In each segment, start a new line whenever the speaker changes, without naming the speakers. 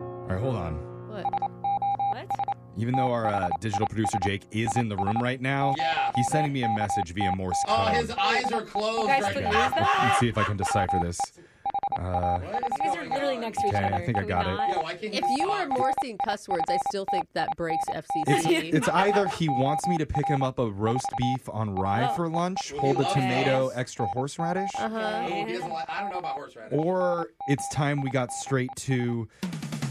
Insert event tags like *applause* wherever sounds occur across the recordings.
All right, hold on.
What? What?
Even though our uh, digital producer Jake is in the room right now,
Yeah.
he's sending me a message via Morse
Oh, *laughs*
code.
his eyes are closed
guys
right
can
now.
use that?
Let's see if I can decipher this. Uh,
What is
You guys are
going
literally
on?
next to each
Okay,
other.
I think I
Can we
got it.
not?
Yeah, why can't
If
he
you are
talk?
morsing cuss words, I still think that breaks
it's,
FCC.
it's either he wants me to pick him up a roast beef on rye for lunch,
Well,
hold
he
a
loves
tomato,
this.
extra horseradish,
uh-huh.
Oh, he doesn't like- I don't know about horseradish.
or it's time we got straight to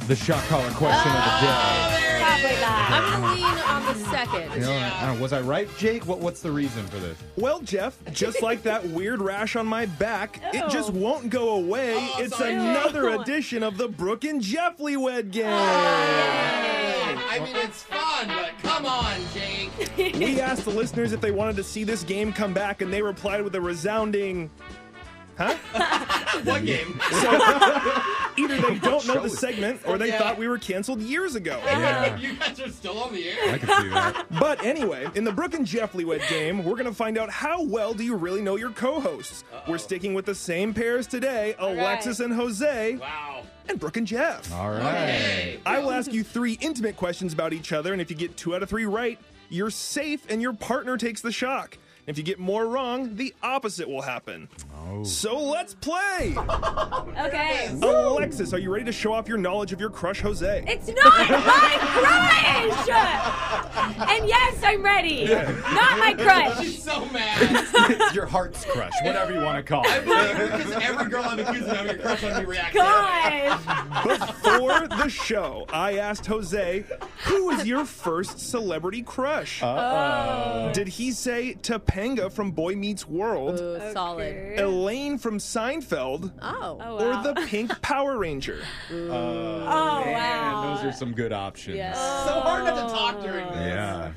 the shot collar question of the day.
Oh.
Probably not.
I'm gonna lean on the second.
You know, I don't know, was I right, Jake? What, what's the reason for this? *laughs*
Well, Jeff, just like that weird rash on my back, it just
Ew.
won't go away.
Oh,
it's
sorry.
another
Ew.
edition of the Brooke and Jeff Leewed game.
I mean, it's fun, but come on,
*laughs*
Jake.
we asked the listeners if they wanted to see this game come back, and they replied with a resounding.
*laughs*
What game?
*laughs* Either they don't know
Show
the
it.
segment, or they
Okay.
thought we were canceled years ago.
Yeah,
*laughs* You guys are still on the
I
air.
can
*laughs*
see that.
But anyway, in the Brooke and Jeff Leewed game, we're going to find out how well do you really know your co-hosts. We're sticking with the same pairs today, Alexis and Jose,
Wow.
and Brooke and Jeff.
All right.
Okay.
I will ask you three intimate questions about each other, and if you get two out of three right, you're safe and your partner takes the shock. If you get more wrong, the opposite will happen.
Oh.
So let's
*laughs*
play!
Okay.
Alexis, are you ready to show off your knowledge of your crush, Jose?
It's not my crush! And yes, I'm ready. Not my crush.
She's so mad.
It's your heart's crush, whatever you want to call it.
Because every girl I'm accusing of your crush on me reacts.
Gosh.
Before the show, I asked Jose, who was your first celebrity crush? Did he say Topanga from Boy Meets World,
Ooh, solid.
Elaine from Seinfeld,
Oh.
Oh,
or
wow.
the Pink Power Ranger?
Oh, wow.
Man, those are some good options.
Yes.
So hard not to talk during this.
Yeah.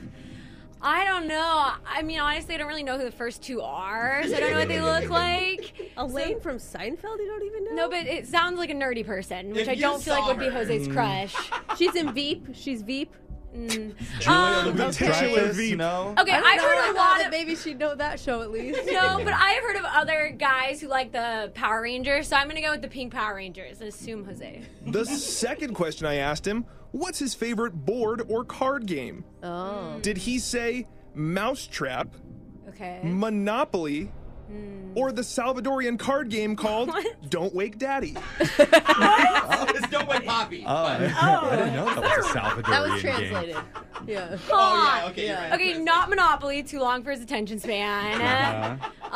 I don't know. I mean, honestly, I don't really know who the first two are, so I don't know what they look like.
*laughs* Elaine from Seinfeld, you don't even know?
No, but it sounds like a nerdy person, which
If
I
you
don't feel like
saw
would be
her. Mm.
Jose's crush.
She's in Veep. She's Veep.
Mm.
Julia
Um,
Titular
Louis-Dreyfus,
Veep.
you know?
Okay, Oh.
I
I've
don't know,
heard
I
a
thought
lot
that
of
Maybe she'd know that show at least.
no, but I've heard of other guys who like the Power Rangers, so I'm gonna go with the Pink Power Rangers and assume Jose.
The second question I asked him, what's his favorite board or card game?
Oh.
Did he say Mousetrap,
Okay.
Monopoly,
Hmm.
or the Salvadorian card game
*laughs*
called
What?
Don't Wake Daddy?
It's Don't Wake Poppy.
Oh, I didn't- *laughs* I didn't know that was a Salvadorian
That was
game.
translated. Yeah.
oh, yeah, okay, you're right.
Okay, not Monopoly. Too long for his attention span.
*laughs*
Uh-huh.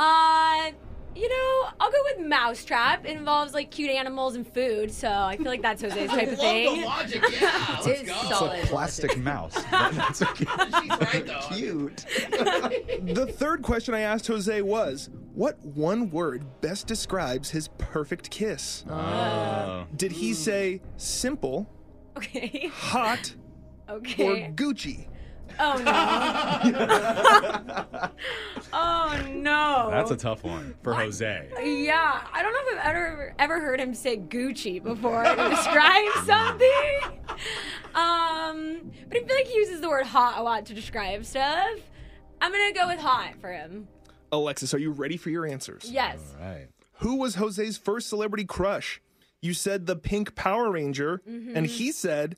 Uh, you know, I'll go with Mousetrap. It involves like cute animals and food, so I feel like
*laughs*
that's Jose's type
Love
of
the
thing.
logic,
*laughs*
yeah. Let's
It's
go.
It's
solid.
*laughs*
a plastic mouse. but
*laughs*
That's okay.
She's right, though.
*laughs* Cute.
the third question I asked Jose was, what one word best describes his perfect kiss? Uh,
Oh.
Did he say simple,
Okay.
hot,
*laughs*
*laughs*
or
Okay.
Gucci?
Oh no. *laughs*
*laughs*
oh no.
That's a tough one for Jose.
Yeah, I don't know if I've ever ever heard him say Gucci before to
*laughs*
describe something. Um, but I feel like he uses the word hot a lot to describe stuff. I'm gonna go with hot for him.
Alexis, are you ready for your answers?
Yes.
Right.
Who was Jose's first celebrity crush? You said the Pink Power Ranger,
Mm-hmm.
and he said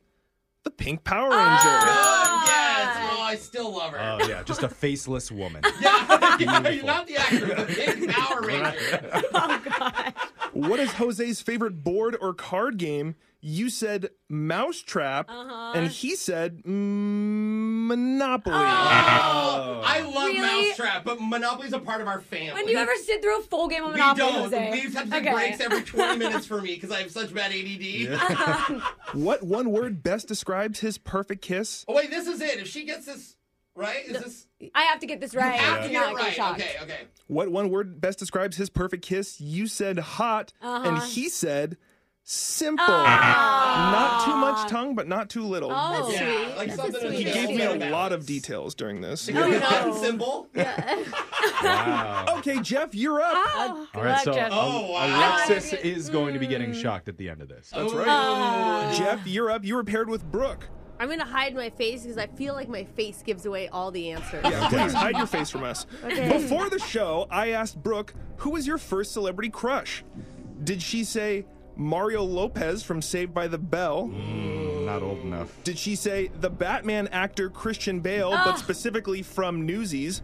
the Pink Power Ranger.
Ah!
*laughs*
Oh, yes. Oh, I still love her. *laughs*
Oh yeah, just a faceless woman.
yeah, you're not the actor, the
*laughs*
big Power Ranger.
What is Jose's favorite board or card game? You said Mousetrap,
Uh-huh.
and he said mm, Monopoly.
Oh, I love
Really?
Mousetrap, but Monopoly's a part of our family.
When do you ever sit through a full game of
we
Monopoly?
don't.
Jose?
We just have to take
Okay.
breaks
*laughs*
every 20 minutes for me because I have such bad ADD.
*laughs*
*laughs*
Uh-huh.
What one word best describes his perfect kiss?
Oh, wait, this is it. If she gets this right, is this.
I have to get this right.
Have to
to
get
not
it
get
right.
shocked.
Okay, okay.
What one word best describes his perfect kiss? You said hot,
Uh-huh.
and he said simple. Not too much tongue, but not too little.
Oh,
Yeah, like
Ah. That's a
something
sweet
He
that's
gave
just Oh,
me
so
a
balanced.
lot of details during this.
You're not
Oh.
*laughs*
the
*laughs*
symbol?
Wow.
*laughs* Okay, Jeff, you're up.
All right, so um,
Jeff.
Oh, wow.
Alexis is going to be getting shocked at the end of this.
That's
right.
Oh.
Jeff, you're up. You were paired with Brooke.
I'm gonna hide my face because I feel like my face gives away all the answers.
Please
*laughs*
hide your face from us. Before the show, I asked Brooke, who was your first celebrity crush? Did she say Mario Lopez from Saved by the Bell?
Mm, Not old enough.
Did she say the Batman actor Christian Bale, but specifically from Newsies?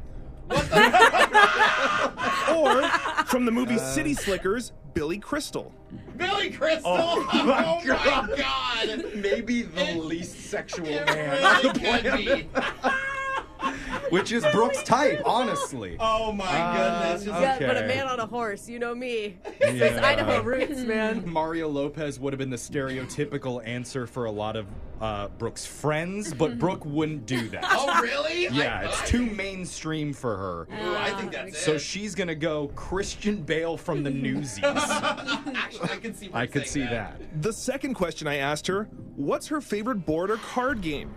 *laughs* or from the movie
Uh.
City Slickers, Billy Crystal?
Billy Crystal.
Oh,
Oh,
*laughs*
my
my,
God.
god.
Maybe the least sexual
It
man on the
really could
planet.
be.
*laughs* Which is Brooks' type, honestly. Uh,
Oh my goodness. Just-
Yeah, Uh, but a
Okay.
man on a horse, you know me. It's
Yeah.
Idaho roots, man.
*laughs* Mario Lopez would have been the stereotypical answer for a lot of uh, Brooke's friends, but Brooke wouldn't do
*laughs*
that.
Oh really?
yeah,
I-
it's
I-
too mainstream for her.
Oh,
Ooh, I think that's
So
*laughs* it.
she's gonna go Christian Bale from the Newsies. I
Actually, I can see. Brooke
could
saying
see that.
The second question I asked her, what's her favorite board or card game?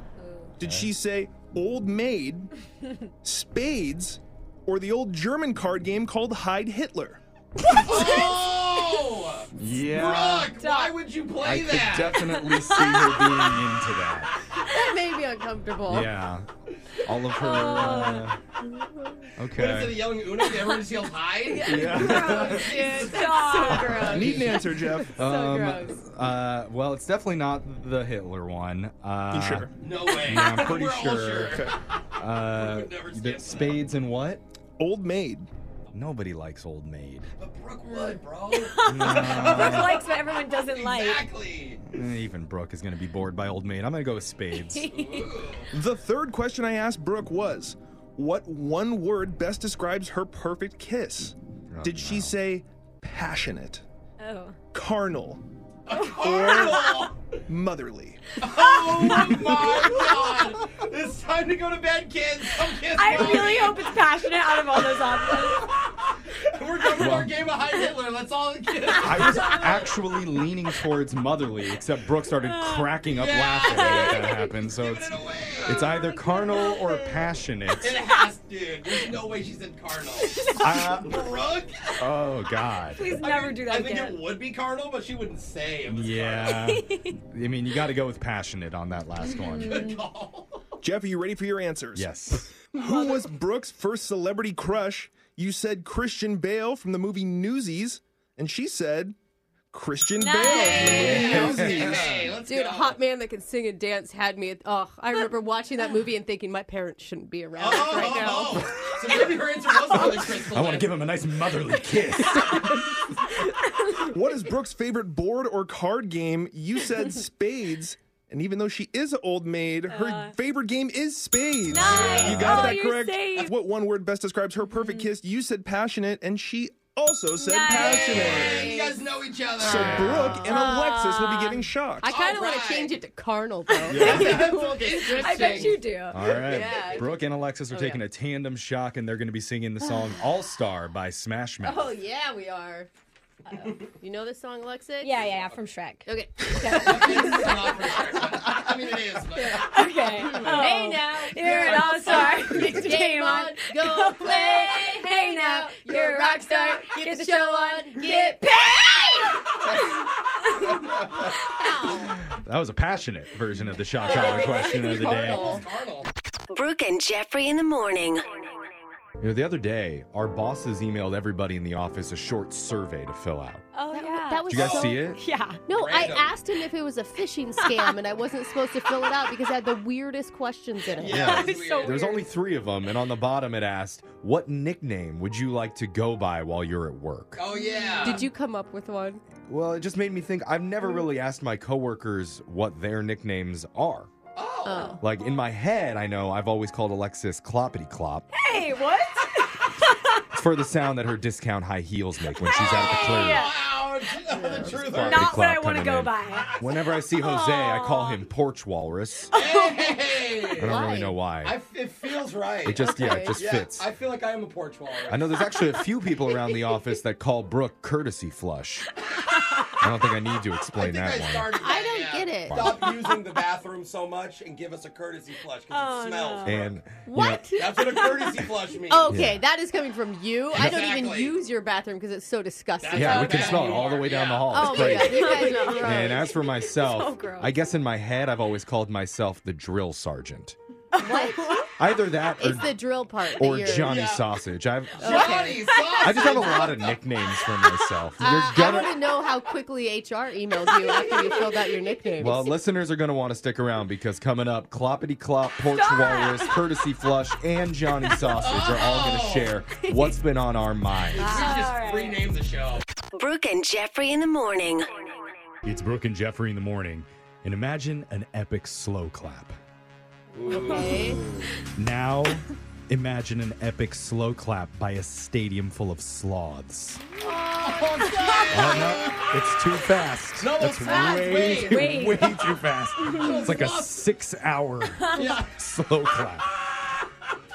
Did she say Old Maid, Spades, or the old German card game called Hide Hitler?
Oh,
Yeah,
Brooke, why would you *laughs* play
I could
that? *laughs*
definitely see her being into that.
That made me uncomfortable.
Yeah, all of her. Uh,
What is it, a
okay.
yelling Uno? Everyone just yells
*laughs*
hide? *laughs*
Ah.
Stop.
Gross.
Need an answer, Jeff.
*laughs* So
Um,
gross.
uh, well, it's definitely not the Hitler one. Uh,
You sure?
No way.
Yeah,
*laughs*
I'm pretty
We're all
sure.
*laughs* sure.
Uh,
would never
the
stand for that.
spades and what?
Old Maid.
Nobody likes Old Maid.
But Brooke would,
*laughs*
bro.
Brooke likes what everyone doesn't like. *laughs*
exactly.
Even Brooke is gonna be bored by Old Maid. I'm gonna go with spades.
The third question I asked Brooke was, what one word best describes her perfect kiss?
Oh,
Did she say passionate,
Oh.
carnal,
Horrible.
motherly?
Oh my god! It's time to go to bed, kids. Come kiss
I
mommy.
really hope it's passionate out of
*laughs*
all those options.
We're done with our game of hide Hitler. Let's
*laughs*
all kiss.
*laughs* I was actually leaning towards motherly, except Brooke started
Oh,
cracking up laughing when that happened. So it's
it away.
it's either carnal or passionate.
*laughs* It has, dude. There's no way she's in carnal.
Uh,
Brooke?
oh God.
Please
I
never
mean,
do that
I think it
again.
would be carnal, but she wouldn't say it was
Yeah.
*laughs*
I mean, you got to go with passionate on that last one.
carnal. *laughs* Good call.
Jeff, are you ready for your answers?
Yes.
*laughs* Who was Brooke's first celebrity crush? You said Christian Bale from the movie Newsies, and she said Christian Bale. from the movie Newsies.
Hey, let's
Dude,
go.
hot man that can sing and dance had me. Oh, I remember watching that movie and thinking my parents shouldn't be around
Oh,
right now.
oh, oh. So maybe her answer was really crystal.
I want to give him a nice motherly kiss.
What is Brooke's favorite board or card game? You said
*laughs*
spades. And even though she is an old maid, her favorite game is spades.
Uh. Nice.
You got
Oh,
that
you're
correct.
safe. Mm.
What one word best describes her perfect kiss? You said passionate, and she also said passionate.
Hey, you guys know each other.
So Brooke and Alexis will be getting shocked.
I kind of want
Alright.
to change it to carnal though. *laughs*
I bet you do.
All right.
Yeah.
Brooke and Alexis are taking a tandem shock, and they're going to be singing the song *sighs* All Star by Smash Mouth.
Oh yeah, we are. Uh-oh. You know this song, Alexis?
Yeah, yeah, yeah, from Shrek. *laughs*
Okay. *laughs*
I mean, it is. But
Uh-huh.
Okay. Hey now, Oh, you're an Oh. all star. Get
*laughs*
your *laughs* game on. *laughs*
go
Play. Hey now, you're a rock star. Get the show on. Get paid.
That was a passionate version of the shock collar question of the day.
Carnal.
carnal.
*laughs* Brooke and Jeffrey in the morning.
You know, the other day, our bosses emailed everybody in the office a short survey to fill out.
Oh
That, that was
Did you guys
so-
see it?
yeah.
No,
Random.
I asked him if it was a phishing scam, and I wasn't supposed to fill it out because I had the weirdest questions in it.
Yeah.
*laughs*
it was
So
weird.
There's only three of them, and on the bottom it asked, "What nickname would you like to go by while you're at work?"
Oh yeah.
Did you come up with one?
Well, it just made me think. I've never really asked my coworkers what their nicknames are.
Oh.
Like in my head, I know I've always called Alexis Cloppity Clop
*laughs* Hey, what?
for the sound that her discount high heels make when she's out at the club.
Oh, Wow. The truth.
Fuck.
hurts.
Not what I
clock
want to
coming
go
in.
by.
Whenever I see Jose, I call him Porch Walrus. I
*laughs* Hey.
don't
Why?
really know
I
why.
f- it feels right.
It just yeah, it
Okay.
just
yeah,
fits.
I feel like I am a porch wall.
I know there's actually a few people around the office that call Brooke courtesy flush. I don't think I need
*laughs*
to
I
explain
think I
that one.
started.
I
that,
don't
yeah.
get it.
Stop using the bathroom so much and give us a courtesy flush
*laughs*
because
Oh,
it smells.
And you know,
What?
That's what Oh, a courtesy flush *laughs* means.
Okay, that is coming from you. I don't even
Exactly.
use your bathroom because it's so disgusting.
yeah, we
Okay.
can smell it all the way down the hall.
Oh
It's
my
crazy.
god, you guys are gross.
And as for myself,
*laughs* Oh,
gross.
I guess in my head I've always called myself the drill sergeant.
What?
Either that or,
It's the drill part. that
or
you're-
Johnny Sausage. I've
*laughs* Johnny Sausage.
I just have a lot of nicknames for myself. You're
Uh, I want to know how quickly HR emails you after you filled out your nickname.
Well, listeners are going to want to stick around because coming up, Cloppity Clop, Porch Walrus, Courtesy Flush, and
*laughs*
Johnny
Oh.
Sausage are all going to share what's been on our minds.
We just renamed the show.
Brooke and Jeffrey in the morning.
It's Brooke and Jeffrey in the morning, and imagine an epic slow clap.
Okay.
Now, *laughs* imagine an epic slow clap by a stadium full of sloths. Oh, no, it's too fast.
No,
That's
it's fast.
way,
Wait,
too,
wait.
way too fast. It's like a
*laughs*
six-hour
Yeah.
slow clap.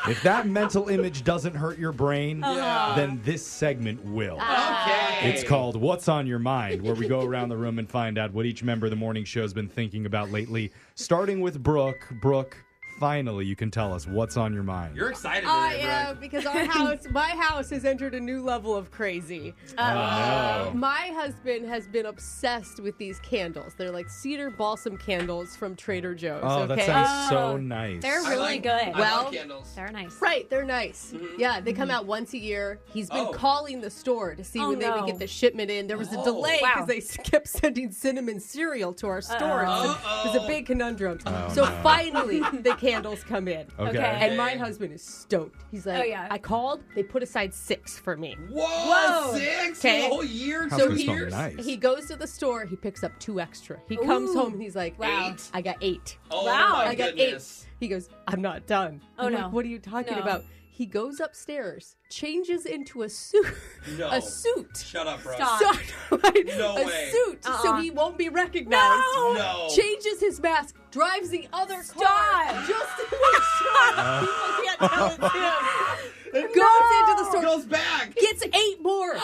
If that mental image doesn't hurt your brain, then this segment will.
Okay.
It's
*laughs*
called What's on Your Mind, where we go around the room and find out what each member of the morning show has been thinking about lately. Starting with Brooke. Brooke, finally, you can tell us what's on your mind.
You're excited
I
today,
am
Brooke.
because *laughs*
*laughs*
our house, my house, has entered a new level of crazy. Uh,
oh, no.
My husband has been obsessed with these candles. They're like cedar balsam candles from Trader Joe's.
Oh, that
okay.
sounds so
Oh,
nice.
They're
I
really
like-
good.
I
Well-
like candles. Mm-hmm.
they're nice. Mm-hmm.
Right, they're nice. Yeah, they come out once a year. He's been
Oh.
calling the store to see
Oh,
when they
no.
would get the shipment in. There was a
Oh.
delay because
Wow.
they s- kept sending cinnamon cereal to our store.
Uh-oh.
It was a big conundrum.
Oh,
so
no.
finally, the candles come in.
*laughs* okay.
Okay.
And my husband is stoked. He's like,
Oh, yeah.
I called, they put aside six for me.
Whoa,
Whoa.
six
Okay.
for the whole year,
House
two
gonna smell
years.
nice.
He goes to the store, he picks up two extra. He comes
Ooh.
home and he's like,
Wow.
Eight? I got eight.
Oh
Wow.
my
I got
goodness.
eight. He goes, I'm not done.
Oh,
I'm
no.
like, what are you talking
No.
about? He goes upstairs, changes into a suit.
No.
A suit.
Shut up, bro.
Stop.
So, right?
No
a
way.
suit so
Uh-uh.
he won't be recognized.
No.
No.
Changes his mask, drives the other car
Stop.
just to
*laughs*
make sure people can't tell it's him. Goes into the store,
Goes back.
gets eight
*gasps*
more.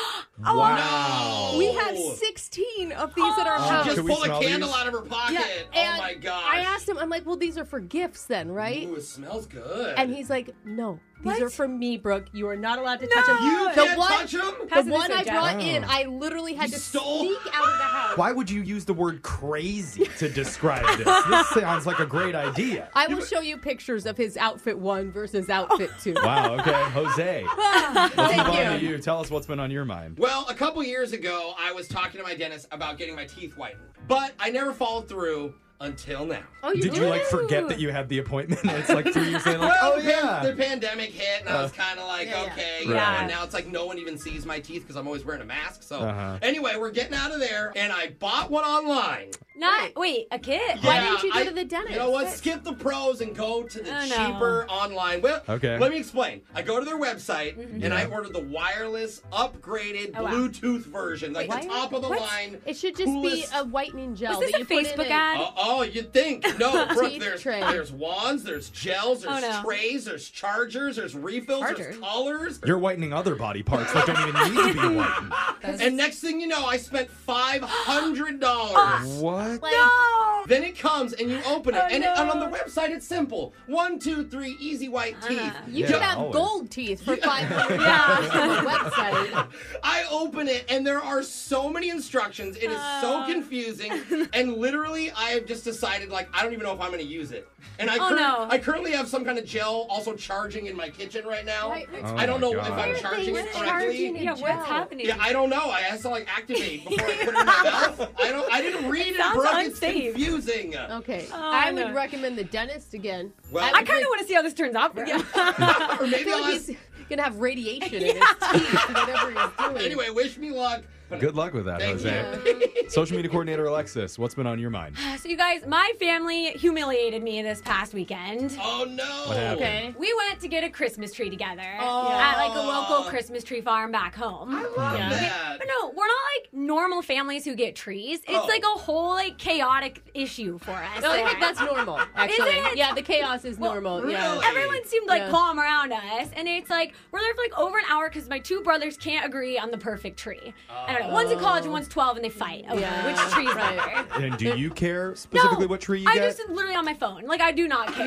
Wow.
We have 16 of these at our
Oh,
house.
Just
Can we
pulled a
smell
candle
these?
out of her pocket.
and
oh my gosh.
I asked him, I'm like, well, these are for gifts then, right?
Ooh, it smells good.
And he's like, no, these
What?
are for me, Brooke. You are not allowed to touch
No!
them.
You
the
can't
one,
touch 'em?
The
Pass it
one
this
I
way,
brought
Jack.
in, I literally had
You
to
stole-
sneak out of the house.
Why would you use the word crazy to describe this? this sounds like a great idea.
I will show you pictures of his outfit one versus outfit
*laughs*
two.
Wow, *laughs* okay. Jose, move on
Thank
to
you.
you. Tell us what's been on your mind.
Well, a couple years ago, I was talking to my dentist about getting my teeth whitened, but I never followed through until now.
Oh,
Did you like forget
Ooh.
that you had the appointment? *laughs* It's like three years later,
*laughs*
like,
Well,
oh
the
yeah. Uh,
pan- the pandemic hit, and I was kind of like,
yeah, yeah.
okay,
Right.
yeah. And now it's like no one even sees my teeth because I'm always wearing a mask. So
Uh-huh.
anyway, we're getting out of there, and I bought one online.
*laughs* Not wait, a kid. Why
Yeah,
didn't you go
I-
to the dentist?
You know what? Skip the pros and go to the
Oh, no.
cheaper online. Well,
Okay.
Let me explain. I go to their website and I ordered the wireless, upgraded
Mm-hmm. Oh, wow.
Bluetooth version, like
Why-
the top of the
what's-
line.
It should just
coolest-
be a whitening gel.
Was this
that
a
you put in
Facebook
a-
ad?
Oh, oh,
*laughs*
you'd think. No, Brooke,
Teeth
there's,
tray.
there's wands, there's gels, there's
Oh, no.
trays, there's chargers, there's refills,
Chargers?
there's colors.
You're whitening other body parts that don't even need to be
*laughs*
whitened.
And next thing you know, I spent $500. *gasps*
What?
No.
Then it comes and you open it,
Oh,
and, it, and on
no.
the website it's simple: one, two, three, easy white teeth.
You
Yeah,
could have
always.
gold teeth for five hundred
Yeah.
dollars on
*laughs*
the website.
I open it and there are so many instructions. It is so confusing. and literally, I have just decided like I don't even know if I'm going to use it. And I,
Oh,
cur-
no.
I currently have some kind of gel also charging in my kitchen right now.
Right, right.
Oh,
I don't
my
know if
God.
I'm
Why are
charging
they
it
charging
correctly.
it?
Yeah,
Gel.
what's happening?
Yeah, I don't know. I has to like activate before I put it in my mouth. I don't. I didn't read it,
sounds
bro. It's
unsafe.
confusing.
Okay,
Oh,
I would
no.
recommend the dentist again.
Well-
would
I kind
like-
of want to see how this turns out. For you.
or
*laughs* I
maybe
feel
I'll
like
ask,
he's gonna have radiation in his teeth, whatever he's doing.
anyway. Wish me luck.
*laughs*
But
Good luck with that,
Thank
Jose. Social media coordinator Alexis, what's been on your mind?
so you guys, my family humiliated me this past weekend.
Oh no.
What happened?
okay.
We went to get a Christmas tree together at like a local Christmas tree farm back home. I love
that.
But no, we're not like normal families who get trees. It's
Oh.
like a whole like chaotic issue for us.
No, I
Like,
think that's *laughs* normal. Actually,
it?
yeah, the *laughs* chaos is normal. Yeah.
really?
everyone seemed like
Yeah.
calm around us, and it's like we're there for like over an hour because my two brothers can't agree on the perfect tree. I don't know. One's in college, and one's twelve, and they fight over
Oh. Yeah,
which tree's
right.
better.
And do you care specifically
No,
what tree you
I
get?
just am literally on my phone. Like I do not care.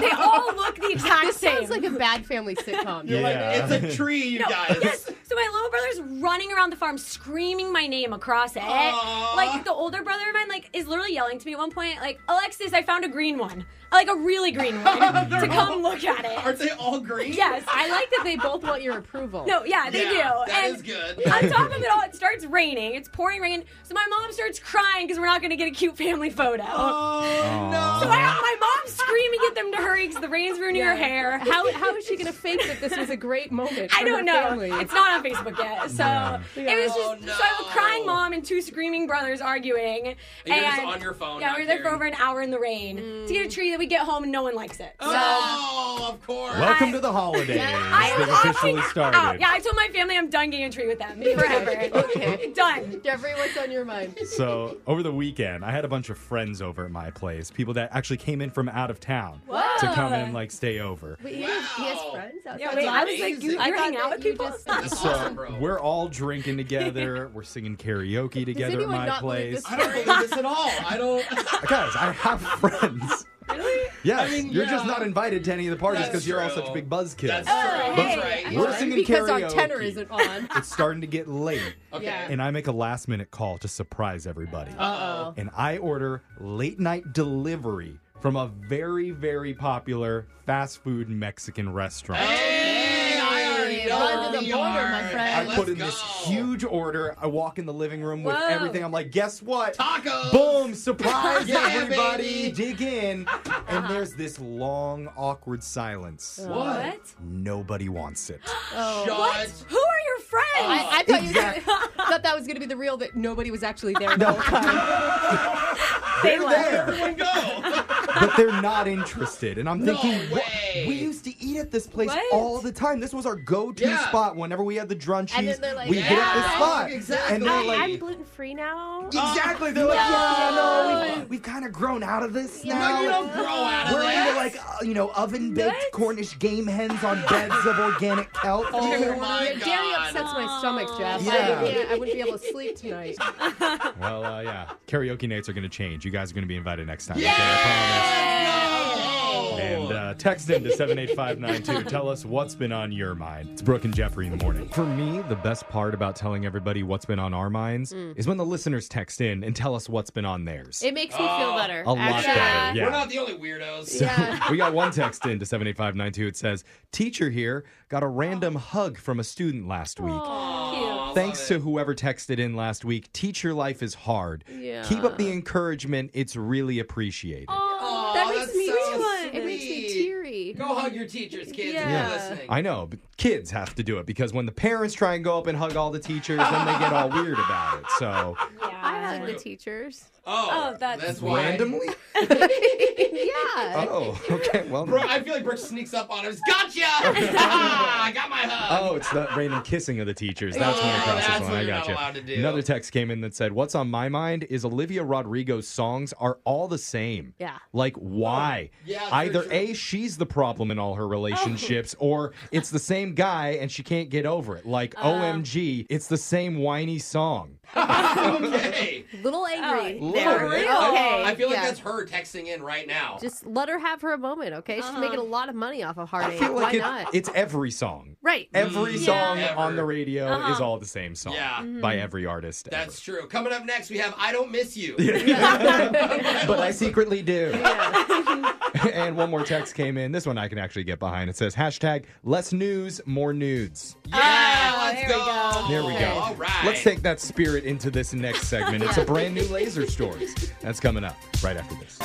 *laughs* They all look the exact
This
same.
sounds like a bad family sitcom.
Yeah. *laughs*
Like, it's a tree, you
no,
guys.
yes, So my little brother's running around the farm screaming my name across it.
Aw.
Like the older brother of mine, like is literally yelling to me at one point, like Alexis, I found a green one, like a really green
*laughs*
one, to come look at it.
Aren't they all green?
yes, I
I like that they both want your approval.
no, yeah, they
Yeah,
do.
that
and
is good.
on top of it all, it starts raining. It's pouring rain. So my mom starts crying because we're not going to get a cute family photo.
Oh
So
no!
I got my mom screaming at them to hurry because the rain's ruining her
Yeah.
hair.
How how is she gonna fake that this was a great moment?
I
for
don't
her
know.
Family?
It's not on Facebook yet. So
Yeah.
it was
Oh,
just so I have a crying
no.
mom and two screaming brothers arguing. And,
you're just on your phone,
Yeah,
not
we were there for
caring.
over an hour in the rain to get a tree that we get home and no one likes it. So
Oh, of course.
Welcome
I-
to the holidays.
I
that
was
officially
opting
started.
out. Yeah, I told my family I'm done getting a tree with
*laughs*
them forever.
Okay.
Done.
Jeffrey, what's on
*laughs*
your mind?
*laughs*
So over the weekend, I had a bunch of friends over at my place. People that actually came in from out of town to come and like stay over.
Wait, he, has, he has
Wow.
friends outside.
Yeah, wait, I was like,
amazing.
you,
I
you're
thought
hanging out
that
with
you
people?
just-
*laughs*
Oh,
That's awesome, bro.
We're all drinking
*laughs*
together. We're singing karaoke together at
anyone
my
not believe
place.
this
I don't believe this at all. I don't.
*laughs* Guys, I
*laughs*
have friends. Really? Yes.
I mean,
you're
yeah.
just not invited to any of the parties
That's
because you're all
true.
such big buzzkids.
That's true. That's
Hey.
right.
We're singing
because
karaoke.
our tenor isn't on.
*laughs* It's starting to get late.
Okay.
Yeah.
And I make a last minute call to surprise everybody.
Uh oh.
and I order late night delivery from a very, very popular fast food Mexican restaurant.
Oh, Hey, I already know
Run to
who
the
we
border,
are.
my friend.
I
Let's
put in
go.
this huge order. I walk in the living room with
Whoa.
everything. I'm like, guess what?
tacos.
Boom! Surprise,
*laughs* Yeah,
everybody!
baby.
Dig
*laughs*
in. And there's this long, awkward silence.
What?
Nobody wants it.
Shut.
What? Who are your friends?
I, I thought you were, *laughs* thought that was going to be the real that nobody was actually there the whole time.
They're
left.
there,
Everyone go.
but they're not interested. And I'm
No
thinking, what?
way.
we used to eat at this place
What?
all the time. This was our go-to
Yeah.
spot whenever we had the drunchies.
And then they're like,
we hit up this
yeah,
spot.
exactly. Uh,
And they're like,
I'm gluten free now.
Exactly. They're like, yeah,
Oh
no, we've, we've kind of grown out of this now.
No, you don't
Like,
grow out of
We're into
this.
like, uh, you know, oven baked
What?
Cornish game hens on beds of organic kelp.
oh my
Your
god.
dairy upsets my stomach, Jeff.
Yeah.
I, yeah, I wouldn't be able to sleep tonight.
Well, uh, yeah. Karaoke nights are going to change. You guys are going to be invited next time.
Yeah.
And uh, text in to 78592. Tell us what's been on your mind. It's Brooke and Jeffrey in the morning. For me, the best part about telling everybody what's been on our minds
Mm.
is when the listeners text in and tell us what's been on
*laughs*
theirs.
It makes me feel better.
a lot
actually.
better. Yeah.
Oh. We're not the only weirdos.
*laughs*
Yeah.
we got one text in to 78592. It says, Teacher here got a random hug from a student last week.
Aw, love
Thanks
it.
to whoever texted in last week. Teacher life is hard. Keep up the encouragement. It's really appreciated.
Aw,
Oh, That makes
Oh, that's
me-
so
which one?
Sweet.
It makes me teary.
Go hug your teachers, kids.
Yeah.
If you're listening.
*laughs* I know, but kids have to do it because when the parents try and go up and hug all the teachers, then they get
*laughs*
all weird about it. So
I hug the teachers.
Oh,
Oh, that's-
why. *laughs*
randomly?
Yeah.
Oh, okay. Well,
Bro, I feel like Brooke sneaks up on us.
*laughs*
Gotcha! *laughs* I got my hug.
Oh, it's the random kissing of the teachers. That's when it
Oh,
crosses
that's
the line.
what
I
you're
got
not
you.
allowed to do.
Another text came in that said, "What's on my mind is Olivia Rodrigo's songs are all the same.
Yeah.
like why?
Oh, Yeah, for
Either
sure.
a she's the problem in all her relationships,
Oh.
or it's the same guy and she can't get over it. Like OMG, it's the same whiny song.
okay.
Little angry.
Oh,
there.
Lord.
Okay.
I feel like
yeah.
that's her texting in right now.
Just let her have her moment, okay? She's making a lot of money off of heartache.
I feel like
Why
it-
not?
*laughs* it's every song.
right.
Every
Yeah.
song
Ever.
on the radio is all the same song
Yeah.
by every artist. ever.
That's true. Coming up next, we have I Don't
*laughs*
Miss You.
but I secretly do. *laughs* and one more text came in. This one I can actually get behind. It says hashtag less news, more nudes.
Yeah, let's
there we
go.
There we go.
All right.
Let's take that spirit into this next segment. It's a brand new laser stories. *laughs* That's coming up right after this.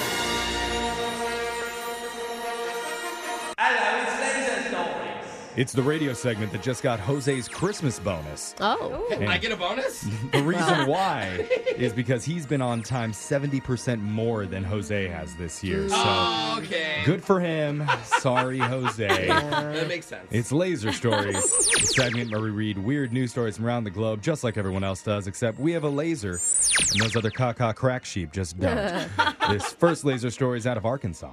It's the radio segment that just got Jose's Christmas bonus.
Oh.
And
I get a bonus?
*laughs* the reason why is because he's been on time 70% more than Jose has this year. So
oh, okay.
Good for him. Sorry, *laughs* Jose.
That makes sense.
It's Laser Stories, a segment where we read weird news stories from around the globe, just like everyone else does, except we have a laser, and those other caca crack sheep just
*laughs*
*laughs*
don't. this first laser story is out of Arkansas.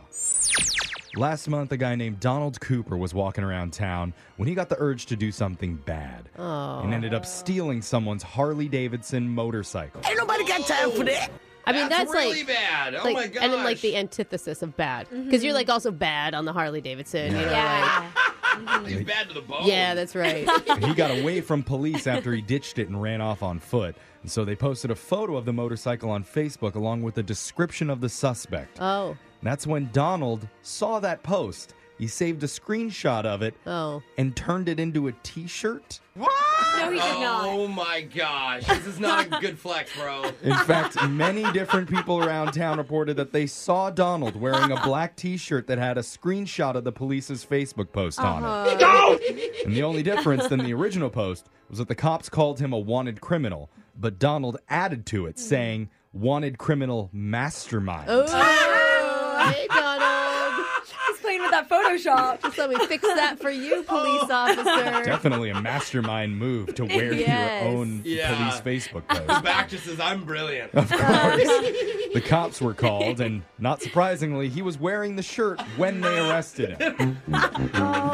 Last month, a guy named Donald Cooper was walking around town when he got the urge to do something bad and ended up stealing someone's Harley Davidson motorcycle.
Nobody got time for that.
I mean, that's,
really
like.
bad. Oh
like,
my gosh.
Mm-hmm.
and then like the antithesis of bad because you're like also bad on the Harley Davidson. You know,
Yeah.
like,
*laughs*
He's bad to the bone.
Yeah, that's *laughs* right.
he got away from police after he ditched it and ran off on foot. And so they posted a photo of the motorcycle on Facebook along with a description of the suspect.
oh,
And that's when Donald saw that post. He saved a screenshot of it
oh.
and turned it into a t shirt.
No, he did not.
Oh my gosh. This is not a good flex,
*laughs*
bro.
In fact, many different people around town reported that they saw Donald wearing a black t shirt that had a screenshot of the police's Facebook post
Uh-huh.
on it. *laughs* And the only difference than the original post was that the cops called him a wanted criminal, but Donald added to it, saying, wanted criminal mastermind.
Oh, hey,
*laughs*
Donald.
He's playing with that Photoshop.
Just let me fix that for you,
*laughs*
police officer.
Definitely a mastermind move to wear
Oh. Yes.
your own
Yeah.
police Facebook post.
Back just says, I'm brilliant.
The cops were called, and not surprisingly, he was wearing the shirt when they arrested him.
Oh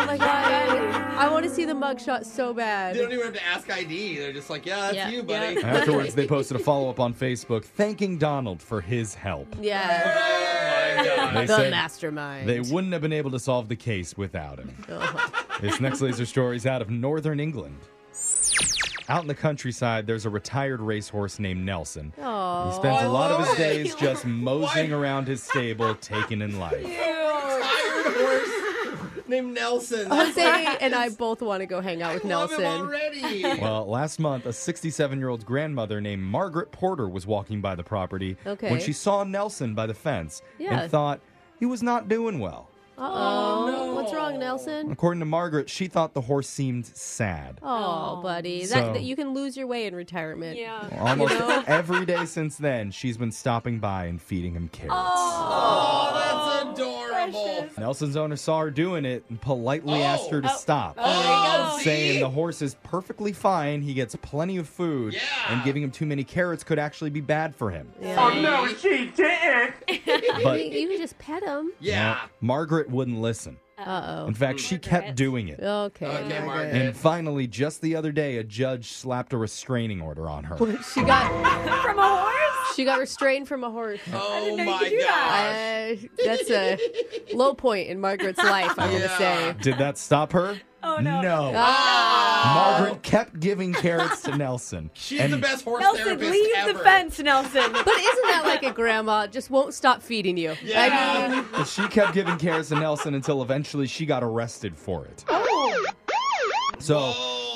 my god. I want to see the mugshot so bad.
They don't even have to ask ID. They're just like, yeah, that's
Yeah.
you, buddy.
And
*laughs*
Afterwards, they posted a follow up on Facebook thanking Donald for his help.
Yeah.
Oh my God.
They
the
said
mastermind.
they wouldn't have been able to solve the case without him.
Oh.
This next laser story is out of northern England. Out in the countryside, there's a retired racehorse named Nelson. He
Aw.
spends a lot of his
love it.
*laughs*
days just moseying around his stable, taking in life.
Iron horse named Nelson. That's- *laughs*
Jose and I both want to go hang out with
Love him
Nelson. *laughs*
already.
Well, last month, a 67 year old grandmother named Margaret Porter was walking by the property
Okay.
when she saw Nelson by the fence
Yeah.
and thought he was not doing well.
Oh, what's
*laughs*
wrong, Nelson?
According to Margaret, she thought the horse seemed sad.
Oh, buddy,
So-
that, that you can lose your way in retirement.
Yeah.
Almost
You know?
*laughs*
every day since then, she's been stopping by and feeding him carrots.
Oh.
Oh, That's adorable.
Nelson's owner saw her doing it and politely
Oh.
asked her to stop,
Oh,
saying
see?
the horse is perfectly fine, he gets plenty of food,
Yeah.
and giving him too many carrots could actually be bad for him.
Oh,
*laughs*
You,
But
you can just pet him.
Yeah.
Margaret wouldn't listen.
Uh
In fact, she kept
Margaret.
doing it.
oh. Okay.
Okay,
Margaret.
Margaret.
And finally, just the other day, a judge slapped a restraining order on her.
She
*laughs*
got
From a horse?
she got restrained from a horse.
Oh
didn't know you
my
could do that.
gosh.
Uh, that's a low point in Margaret's life. I'm
Yeah.
gonna say.
Did that stop her?
Oh, no.
Ah.
Margaret kept giving carrots to Nelson.
She's
and
the best horse
Nelson,
therapist
leave
ever.
the fence, Nelson.
*laughs* But isn't that like a grandma just won't stop feeding you?
Yeah.
I mean,
but she kept giving carrots to Nelson until eventually she got arrested for it.
Oh,
So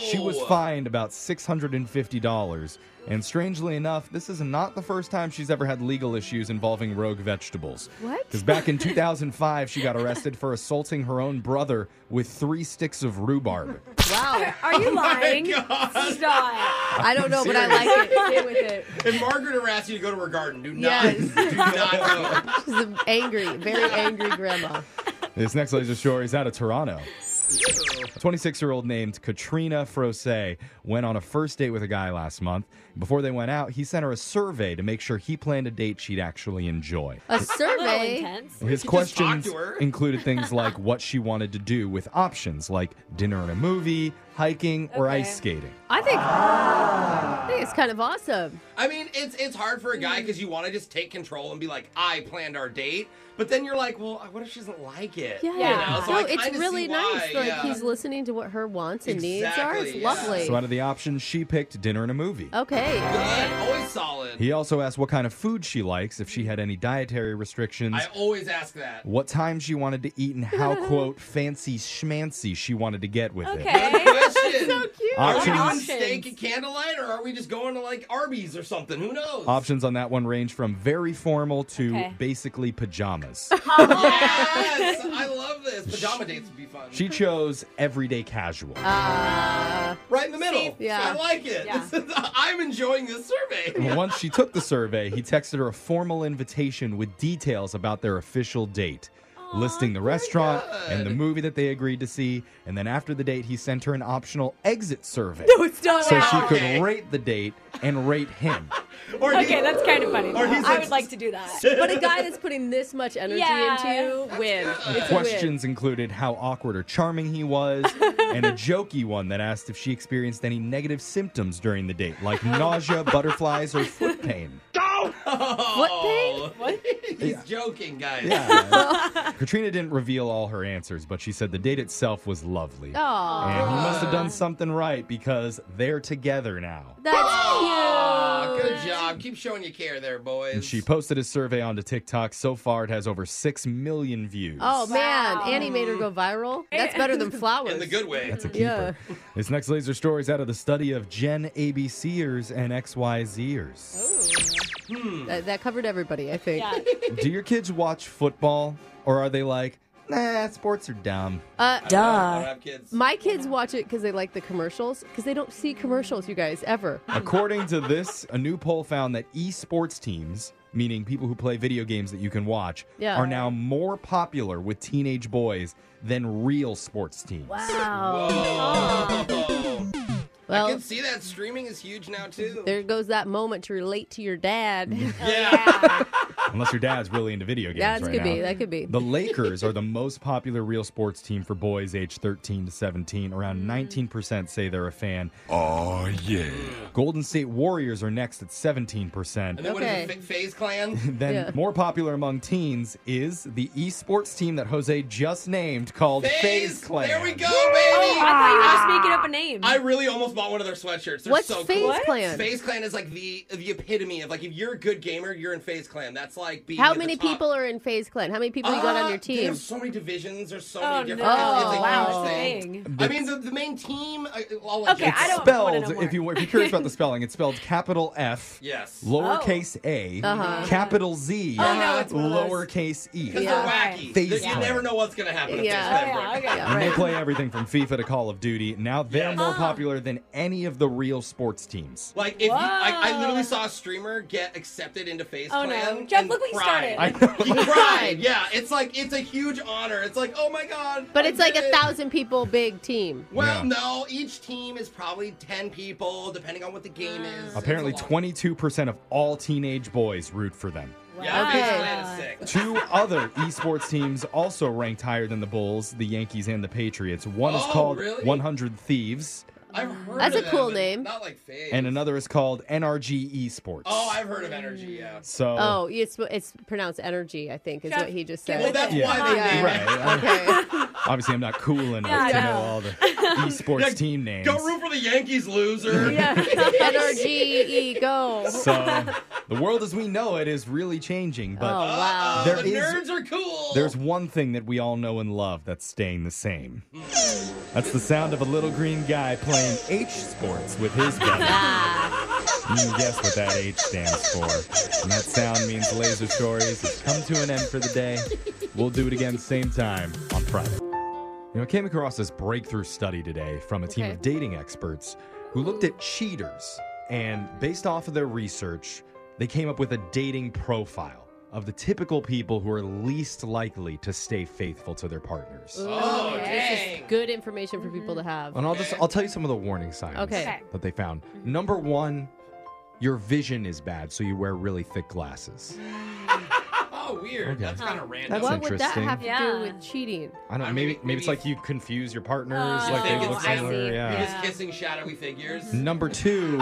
she was
Whoa.
fined about $650. And strangely enough, this is not the first time she's ever had legal issues involving rogue vegetables.
What?
Because back in 2005, she got arrested for assaulting her own brother with three sticks of rhubarb.
*laughs*
wow.
Are you lying?
Oh God.
Stop.
I don't know, but I like
*laughs*
it. Stay with it.
And Margaret harassed you to go to her garden. Do not.
Yes. *laughs*
Do not go.
She's an angry, very angry grandma.
This next laser story is out of Toronto. A 26 year old named Katrina Frose went on a first date with a guy last month. Before they went out, he sent her a survey to make sure he planned a date she'd actually enjoy.
A
A little
survey.
intense.
His
could just talk
questions
to her. *laughs*
included things like what she wanted to do with options like dinner and a movie, hiking, or
Okay.
ice skating.
I think, I think it's kind of awesome. Mm.
I mean, it's it's hard for a guy because you want to just take control and be like, I planned our date, but then you're like, well, what if she doesn't like it?
Yeah.
Yeah.
so
no,
I kinda
it's
see
really
why,
nice. Like
yeah.
he's listening to what her wants and needs are. It's
Exactly, yeah.
lovely.
So, out of the options, she picked dinner and a movie.
okay.
Good. Always solid.
He also asked what kind of food she likes, if she had any dietary restrictions,
I always ask that.
what time she wanted to eat and how quote fancy schmancy she wanted to get with it.
Okay.
Question. so cute. Are we doing
Options.
steak at candlelight, or are we just going to like Arby's or something? Who knows?
Options on that one range from very formal to
Okay.
basically pajamas.
Yes, I love this. Pajama dates would be fun.
she chose everyday casual.
Uh,
right in the middle.
Yeah.
I like it.
Yeah.
This is- *laughs* I'm enjoying this survey. *laughs*
Once she took the survey, he texted her a formal invitation with details about their official date, listing the restaurant and the movie that they agreed to see. And then after the date, he sent her an optional exit survey
it's not
so she
Okay.
could rate the date and rate him.
Or do you-
Okay, that's kind of funny.
Or he's
I
like-
would like to do that.
But a guy that's putting this much energy
Yeah.
into win. It's a win.
Questions included how awkward or charming he
*laughs*
was, and a jokey one that asked if she experienced any negative symptoms during the
*laughs*
date, like nausea, butterflies, or foot pain.
What thing?
Oh. *laughs* He's joking, guys. *laughs*
Yeah. Katrina didn't reveal all her answers, but she said the date itself was lovely.
Oh,
And he must have done something right because they're together now.
that's
Aw,
cute.
good job. Keep showing you care there, boys.
And she posted a survey onto TikTok. So far, it has over 6 million views.
Oh man,
Wow.
Annie made her go viral. That's
*laughs*
better than flowers.
*laughs* In the good way.
That's a keeper. This next laser story is out of the study of Gen ABCers and XYZers.
That, that covered everybody, I think.
Hmm. Yeah.
Do your kids watch football or are they like, nah, sports are dumb?
*laughs* Uh,
I don't know. I don't have kids.
my kids watch it because they like the commercials because they don't see commercials, you guys, ever.
According to this, a new poll found that esports teams, meaning people who play video games that you can watch,
Yeah.
are now more popular with teenage boys than real sports teams.
Wow.
Whoa. I
Well,
can see that streaming is huge now too.
there goes that moment to relate to your
*laughs*
dad. *laughs*
yeah. *laughs*
Unless your dad's really into video games
that
right
could
now.
be. That could be.
The Lakers are the most popular real sports team for boys aged 13 to 17. Around
Mm.
19% say they're a fan. Oh, yeah. Golden State Warriors are next at 17%.
And then what
Okay.
is it? Fa- Phase Clan?
*laughs* Then,
Yeah.
more popular among teens is the esports team that Jose just named called Phase Clan.
There we go, baby.
Oh,
Ah!
I thought you were just making up a name.
I really almost bought one of their sweatshirts. They're
What's
so
Phase
cool.
Clan?
Phase Clan is like the the epitome of like if you're a good gamer, you're in Phase Clan. That's like being
How
at the
many
top.
people are in Phase Clan? How many people you got
Uh,
on your
They
team?
have so many divisions. There's so
oh
many
no!
different. it's- it's a
wow, it's
huge
a
thing.
thing.
I mean, the, the main team. uh, I, I'll let
Okay,
you
It's
I don't wanna know
spelled,
more.
if, you, if you're curious
*laughs*
about the spelling, it's spelled capital F,
Yes.
lowercase a, capital Z,
Uh-huh. Oh no, it's one of those.
lowercase e.
Because
Yeah.
they're wacky.
Phase
They- you
Clan.
never know what's gonna
Yeah.
happen. If
Oh, yeah, Oh.
there's
okay.
Yeah,
And they
right.
play everything from FIFA to Call of Duty. Now they're
Yes.
more popular than any of the real sports teams.
Like if you, I, I
Whoa.
literally saw a streamer get accepted into Phase
Oh, no.
Clan.
Jeff,
and
look what you
cried.
started.
I know. *laughs*
He cried. Yeah, it's like it's a huge honor. It's like oh my god.
But
I
it's like
did
a
it.
thousand people big team.
Well,
Yeah.
no, each team is probably 10 people, depending on what the game is.
Oh. Apparently,
It's a lot.
22% of all teenage boys root for them.
Yeah,
Wow.
Phase
Okay.
Clan is
*laughs*
sick.
Two other esports teams also ranked higher than the Bulls, the Yankees, and the Patriots. One is
Oh,
called
really?
100 Thieves,
I've heard
That's
of
a
them,
cool
but
name.
Not like Phase.
and another is called NRG Esports.
Oh, I've heard of Energy, yeah.
so
Oh, it's it's pronounced energy. I think is
Jeff,
what he just
get
said.
Well, that's why they
Yeah.
named
right.
it.
I-
okay.
obviously, I'm not cool enough
Yeah, I
to
know.
know all
*laughs*
the esports
Yeah,
team names.
Go root for the
*laughs*
Yankees, loser. *laughs*
NRGE, E, go.
So the world as we know it is really changing, but
Oh wow.
Uh-oh,
There
the
is-
nerds are cool.
There's one thing that we all know and love that's staying the same.
Hmm.
That's the sound of a little green guy playing H sports with
*laughs*
his brother.
Ah.
You can guess what that H stands for. And that sound means Laser Stories has come to an end for the day. We'll do it again same time on Friday. You know, I came across this breakthrough study today from a team
Okay.
of dating experts who looked at cheaters. And based off of their research, they came up with a dating profile of the typical people who are least likely to stay faithful to their partners.
Oh,
Okay, This
dang. Mm-hmm.
is good information for people to have.
And I'll just I'll tell you some of the warning signs
Okay. Okay.
that they found. Number one, your vision is bad, so you wear really thick glasses.
*laughs* Oh, weird.
Okay.
That's kind of random.
That's
What would that
interesting.
have to
Yeah.
do with cheating?
I don't know.
I
Maybe,
mean,
maybe it's
maybe-
like you confuse your partners,
Uh,
Oh,
like
I
they look
see.
similar. Yeah.
You're
Yeah.
just kissing shadowy figures.
Number two,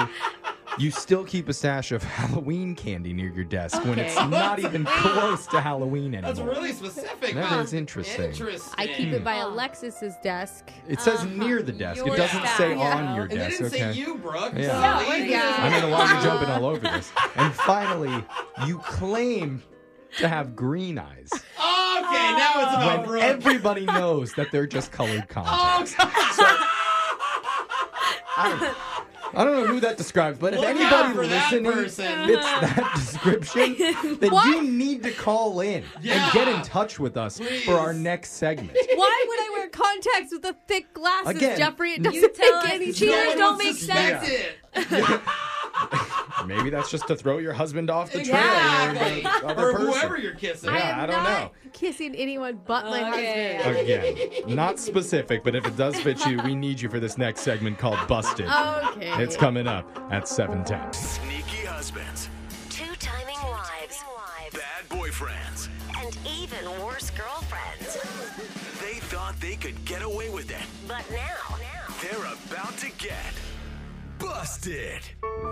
you still keep a stash of *laughs* Halloween candy near your desk when it's
Okay. *laughs*
not even close to Halloween anymore.
That's really specific.
That
huh?
is interesting. Hmm.
Interesting.
I keep it by Alexis's
*laughs*
desk.
It says near the desk. It
Uh-huh. Your
doesn't
stash.
say
Yeah.
on your
And they
desk.
didn't
okay.
say you, Brooke.
Yeah.
Yeah, what
Ladies.
is that?
I mean, a lot of
*laughs*
you jumping all over this. And finally, you claim to have green eyes
Okay, now it's about Oh,
when
Brooke.
everybody knows that they're just colored contacts. *laughs* I, don't, I don't know who that describes, but if
Look out
anybody
for that
listening fits
person.
that *laughs* description, then you need to call in and
Yeah.
get in touch with us
Please.
for our next segment.
Why would I wear contacts with the thick glasses,
Again,
Jeffrey? It doesn't
You tell
make
us.
any
Cheaters
sense.
would
don't make
suspect
sense.
it.
Maybe that's just to throw your husband off the trail.
Exactly.
Or, the other
Or
person.
whoever you're kissing.
Yeah,
I am
I don't
not kissing anyone but my
Okay.
husband.
Again, not specific, but if it does fit you, we need you for this next segment called Busted.
Okay.
It's coming up at 710.
Sneaky husbands,
Two timing wives
bad boyfriends.
and even worse girlfriends.
They thought they could get away with it.
But now, now
They're about to get
Busted.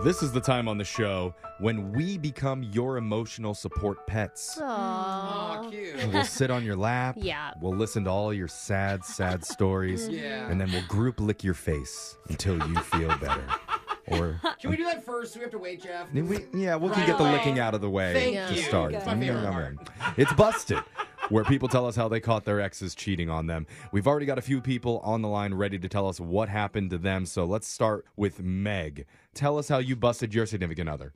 This is the time on the show when we become your emotional support pets.
Aw, cute.
We'll sit on your lap.
Yeah.
We'll listen to all your sad, sad stories.
*laughs* Yeah.
And then we'll group lick your face until you feel better. Or
Can we do that first? Do we have to wait, Jeff?
we, yeah, we can get the
away.
licking out of the way
Thank
to
you.
start.
It's my favorite part.
It's busted. Where people tell us how they caught their exes cheating on them. We've already got a few people on the line ready to tell us what happened to them. So let's start with Meg. Tell us how you busted your significant other.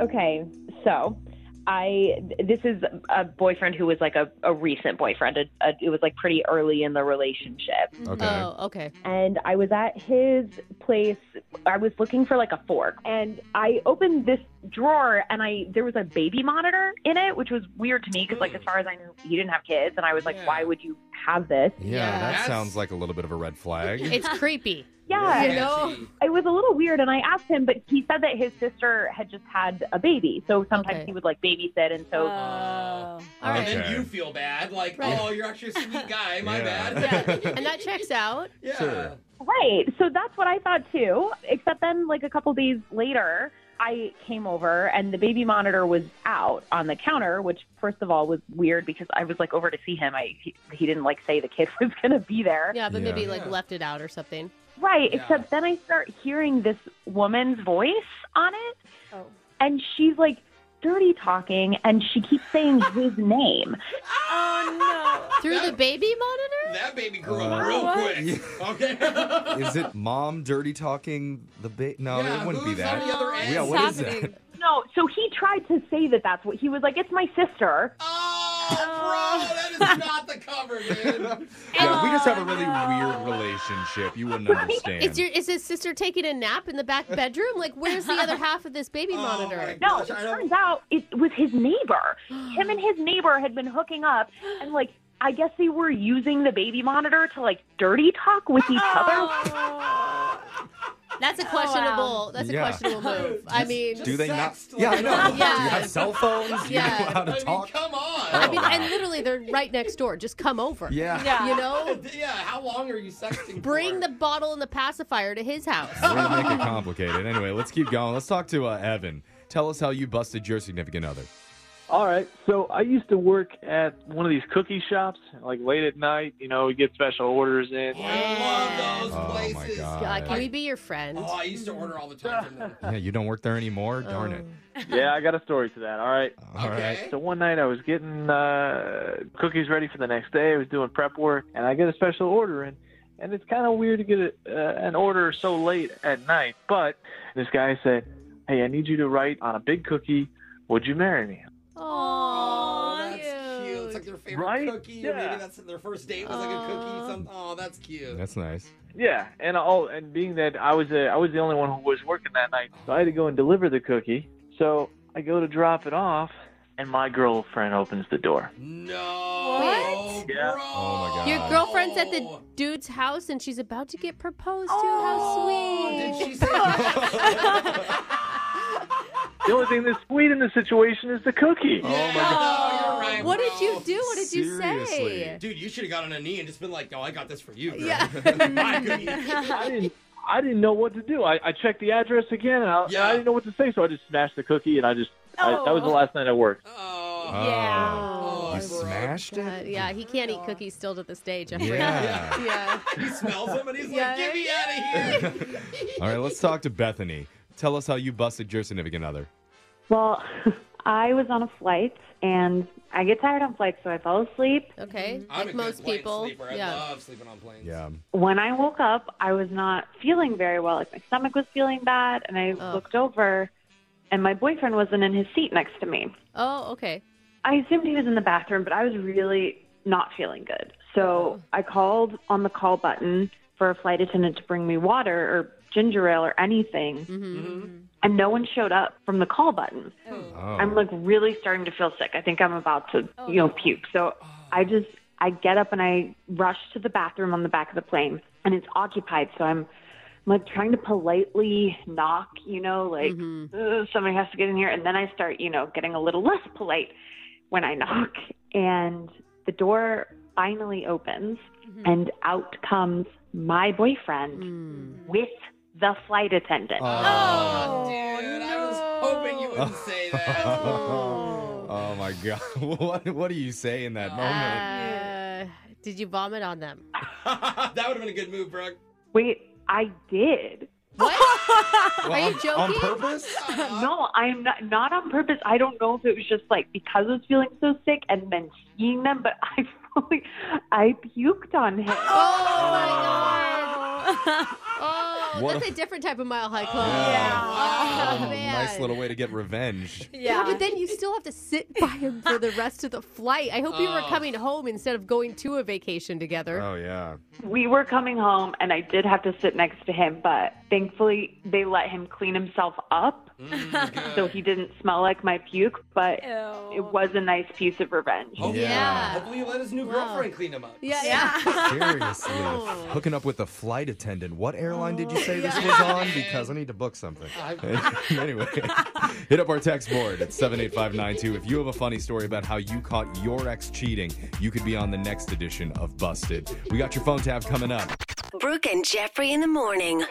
Okay, so I this is a boyfriend who was like a, a recent boyfriend. A, a, it was like pretty early in the relationship,
Okay.
Oh, okay.
and I was at his place. I was looking for like a fork, and I opened this drawer, and I there was a baby monitor in it, which was weird to me because like as far as I knew, he didn't have kids, and I was like,
Yeah.
why would you have this?
yeah,
Yeah.
that
That's-
sounds like a little bit of a red flag.
*laughs*
It's creepy.
Yeah,
Fancy.
know.
it was a little weird and I asked him, but he said that his sister had just had a baby. So sometimes
Okay.
he would like babysit and so
Oh.
All
And
right.
Okay.
then you feel bad, like,
Right.
oh, you're actually a sweet guy. My
Yeah.
bad. *laughs*
And that checks out.
Yeah.
Sure.
Right. So that's what I thought too. Except then, like a couple days later, I came over and the baby monitor was out on the counter, which first of all was weird because I was like over to see him. I he, he didn't like say the kid *laughs* was gonna be there.
Yeah, but
Yeah.
maybe like
Yeah.
left it out or something.
Right.
Yeah.
Except then I start hearing this woman's voice on it,
Oh.
and she's like dirty talking, and she keeps saying
*laughs*
his name.
Through the baby monitor?
Oh,
*laughs*
That baby grew
Uh,
up real
What?
quick. Okay.
*laughs*
*laughs*
Is it mom dirty talking the bait? No,
Yeah,
it wouldn't be
who's on
that.
the other end?
yeah, what is that?
No. So he tried to say that that's what he was like. It's my sister. *laughs*
Oh, bro, that is not the cover, dude.
*laughs* Yeah, we just have a really weird relationship. You wouldn't understand.
Is your is his sister taking a nap in the back bedroom? Like, where's the other half of this
*laughs*
baby monitor?
Oh my
No,
Gosh,
it
I don't- *laughs*
turns out it was his neighbor. Him and his neighbor had been hooking up, and like I guess they were using the baby monitor to like dirty talk with each
Oh.
other.
That's a questionable. That's a
Yeah.
questionable
*laughs*
move. I mean,
Do they not?
sext,
Yeah, I
like-
know.
*laughs*
Do you have cell phones? Do
Yeah.
you know how to
I mean,
talk?
come on.
I mean, and literally they're right next door. Just come over.
yeah.
Yeah.
You know,
*laughs* yeah, how long are you sexting?
bring
for?
the bottle and the pacifier to his house.
We're gonna make it
*laughs*
complicated. Anyway, let's keep going. Let's talk to uh, Evan. Tell us how you busted your significant other.
All right. So I used to work at one of these cookie shops, like late at night. You know, we get special orders in.
I love those
Oh, my
places.
God.
God, can we be your friend?
Oh, I used to order all the time from them.
Yeah, you don't work there anymore. Darn it.
*laughs* yeah, I got a story to that. All right.
All right.
Okay.
So one night I was getting uh, cookies ready for the next day. I was doing prep work, and I get a special order in. And it's kind of weird to get a, uh, an order so late at night. But this guy said, "Hey, I need you to write on a big cookie. Would you marry me?"
Oh,
Aw,
that's cute. It's like their favorite
Right?
cookie, or
Yeah.
maybe that's their first date was like a cookie. Some, oh, that's cute.
That's nice.
Yeah, and all and being that I was uh, I was the only one who was working that night, so I had to go and deliver the cookie. So I go to drop it off, and my girlfriend opens the door.
No,
What?
bro.
Yeah.
Oh, my God.
Your girlfriend's at the dude's house and she's about to get proposed to. How
Oh,
sweet.
Did she say that?
The only thing that's sweet in the situation is the cookie.
Oh, my God.
No, you're right,
what did you
bro.
do? What did you say?
Seriously.
Dude, you should have got on a knee and just been like, "No, I got this for you." Girl. Yeah. *laughs* my cookie. *laughs*
I didn't I didn't know what to do. I, I checked the address again, and I, and
Yeah.
I didn't know what to say, so I just smashed the cookie, and I just I, that was the last night I worked.
Oh.
Oh,
Oh,
you
bro.
smashed it.
God, yeah, he can't eat cookies still to this day, Jeffrey.
Yeah.
*laughs* yeah.
He smells him and he's
Yeah.
like, "Get me out of here!"
*laughs* All right. Let's talk to Bethany. Tell us how you busted your significant other.
Well, *laughs* I was on a flight, and I get tired on flights, so I fell asleep.
Okay.
I'm a
like
good
most
plane
people.
Sleeper. I
yeah.
love sleeping on *laughs* planes.
Yeah.
when I woke up, I was not feeling very well. Like my stomach was feeling bad, and I
Oh.
looked over, and my boyfriend wasn't in his seat next to me.
Oh, okay.
I assumed he was in the bathroom, but I was really not feeling good. So I called on the call button for a flight attendant to bring me water or ginger ale or anything, and no one showed up from the call button.
Oh.
I'm like really starting to feel sick. I think I'm about to, you know, puke. So I just I get up and I rush to the bathroom on the back of the plane, and it's occupied. So I'm, I'm like trying to politely knock, you know, like "Ugh, somebody has to get in here. And then I start, you know, getting a little less polite when I knock, *laughs* and the door
Mm-hmm. Mm.
finally opens, and out comes my boyfriend with
the flight attendant.
Oh.
Dude, I was hoping you wouldn't say
*laughs*
*laughs*
that.
Oh. my god! What what do you say in that moment?
Uh, did you vomit on them?
that would have been a good
*laughs*
move, Brooke.
Wait, I did.
Are you joking?
*laughs*
On purpose?
no, I'm not, not on purpose. I don't know if it was just like because I was feeling so sick and then seeing them, but I *laughs* fully, I puked on him.
*laughs* Oh,
What
that's
a-
a different type of mile high club.
Oh.
Yeah.
Oh, man.
Nice little way to get
*laughs*
revenge.
Yeah. but then you still have to sit by him for the rest of the flight. I hope you were
Oh.
coming home instead of going to a vacation together.
Oh yeah.
We were coming home and I did have to sit next to him, but thankfully they let him clean himself up so he didn't smell like my puke, but it was a nice piece of revenge.
Oh, Yeah. yeah.
Hopefully, you let his new girlfriend clean him up. *laughs*
Yeah,
Seriously, hooking up with a flight attendant. What airline did you say this was on? Because I need to book something.
*laughs*
*laughs*
*laughs* anyway, hit up our text board at 78592. If you have a funny story about how you caught your ex cheating, you could be on the next edition of Busted. We got your phone tab coming up.
*laughs* Brooke and Jeffrey in the morning.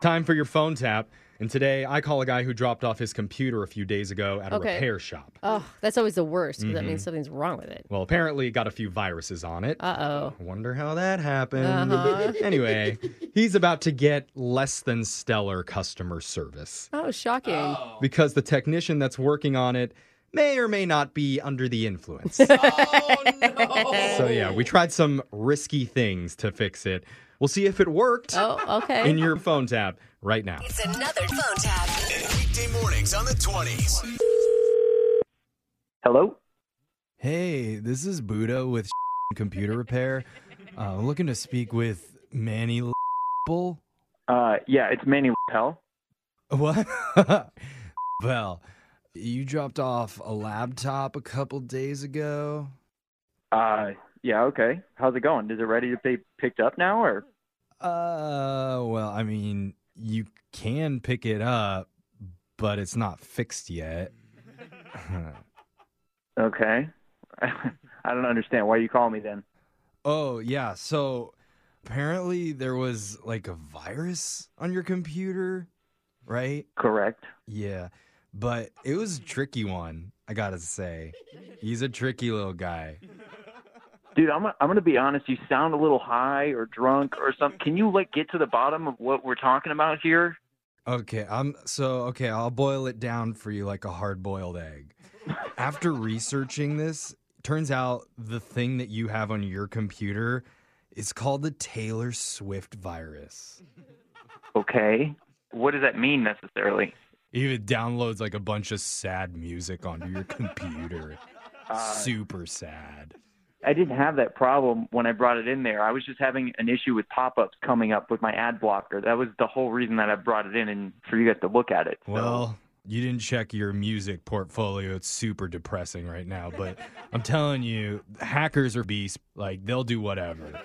Time for your phone tap. And today I call a guy who dropped off his computer a few days ago at a
Okay.
repair shop.
Oh, that's always the worst 'cause that
Mhm.
Mm-hmm.
means something's wrong with it.
Well, apparently it got a few viruses on it.
Uh oh.
Wonder how that happened.
Uh-huh.
Anyway, he's about to get less than stellar customer service
Oh, shocking.
because the technician that's working on it may or may not be under the influence.
*laughs*
So, yeah, we tried some risky things to fix it. We'll see if it worked.
Oh, okay.
In your phone tab right now.
It's another phone tap.
Weekday mornings on the 20s.
Hello?
Hey, this is Buddha with *laughs* computer repair. Uh, looking to speak with Manny Bull.
Uh, yeah, it's Manny Hell.
What? *laughs* well, you dropped off a laptop a couple days ago.
Uh, yeah, okay. How's it going? Is it ready to be picked up now, or?
Uh, well, I mean, you can pick it up, but it's not fixed yet.
Okay. *laughs* I don't understand. Why you call me then?
Oh, yeah. So apparently there was like a virus on your computer, right?
Correct.
Yeah. But it was a tricky one, I gotta say. He's a tricky little guy.
Dude, I'm I'm gonna be honest. You sound a little high or drunk or something. Can you like get to the bottom of what we're talking about here?
Okay, I'm so okay, I'll boil it down for you like a hard boiled egg. After researching this, turns out the thing that you have on your computer is called the Taylor Swift virus.
Okay. What does that mean necessarily?
Even downloads like a bunch of sad music onto your computer. Super sad.
I didn't have that problem when I brought it in there. I was just having an issue with pop-ups coming up with my ad blocker. That was the whole reason that I brought it in and for you guys to look at it.
Well, you didn't check your music portfolio. It's super depressing right now, but I'm telling you, hackers are beasts. Like, they'll do whatever.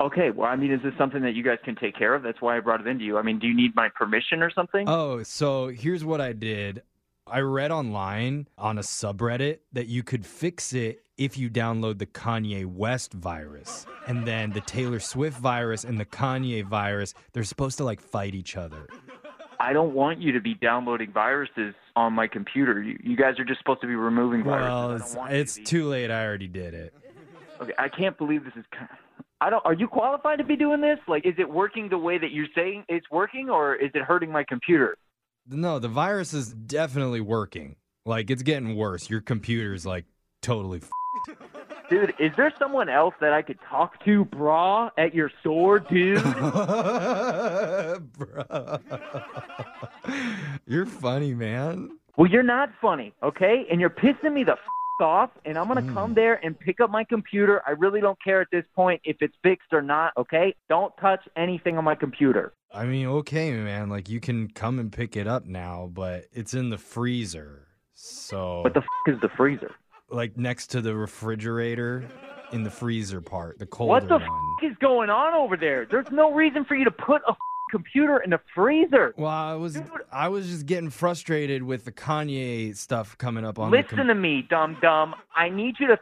Okay. Well, I mean, is this something that you guys can take care of? That's why I brought it into you. I mean, do you need my permission or something?
Oh, so here's what I did I read online on a subreddit that you could fix it if you download the Kanye West virus and then the Taylor Swift virus and the Kanye virus. They're supposed to like fight each other.
I don't want you to be downloading viruses on my computer. You, you guys are just supposed to be removing viruses.
Well, it's, it's too late. I already did it.
Okay, I can't believe this is. ki- I don't. Are you qualified to be doing this? Like, is it working the way that you're saying it's working, or is it hurting my computer?
No, the virus is definitely working. Like it's getting worse. Your computer's like totally. F-
Dude, is there someone else that I could talk to, brah, at your
*laughs*
store, dude?
*laughs* you're funny, man.
well, you're not funny, okay? And you're pissing me the f- off, and I'm
Hmm.
gonna come there and pick up my computer. I really don't care at this point if it's fixed or not, okay? Don't touch anything on my computer.
I mean, okay, man. Like you can come and pick it up now, but it's in the freezer. So what
the f- is the freezer?
Like next to the refrigerator, in the freezer part, the colder
What the f-
one.
is going on over there? There's no reason for you to put a f- computer in the freezer.
Well, I was I was just getting frustrated with the Kanye stuff coming up on the
Listen to me, dumb dumb. I need you to f-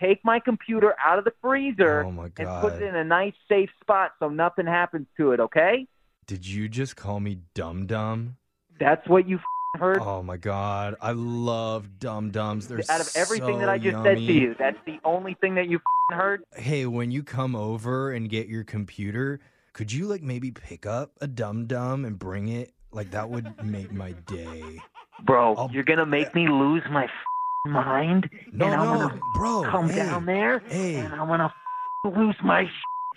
take my computer out of the freezer and put
Oh God.
it in a nice, safe spot so nothing happens to it. Okay? Did you just call me Dum Dum?
That's what you heard.
Oh my God, I love Dum Dums. They're
Out of everything
so
that I just said
yummy.
to you, that's the only thing that you f***ing heard.
Hey, when you come over and get your computer, could you like maybe pick up a Dum Dum and bring it? Like that would make my day.
Bro,
Oh,
you're gonna make me lose my f***ing mind,
No,
and I'm
no,
gonna
bro,
come
hey,
down there,
hey.
and I'm gonna *laughs* f***ing lose my *laughs* s***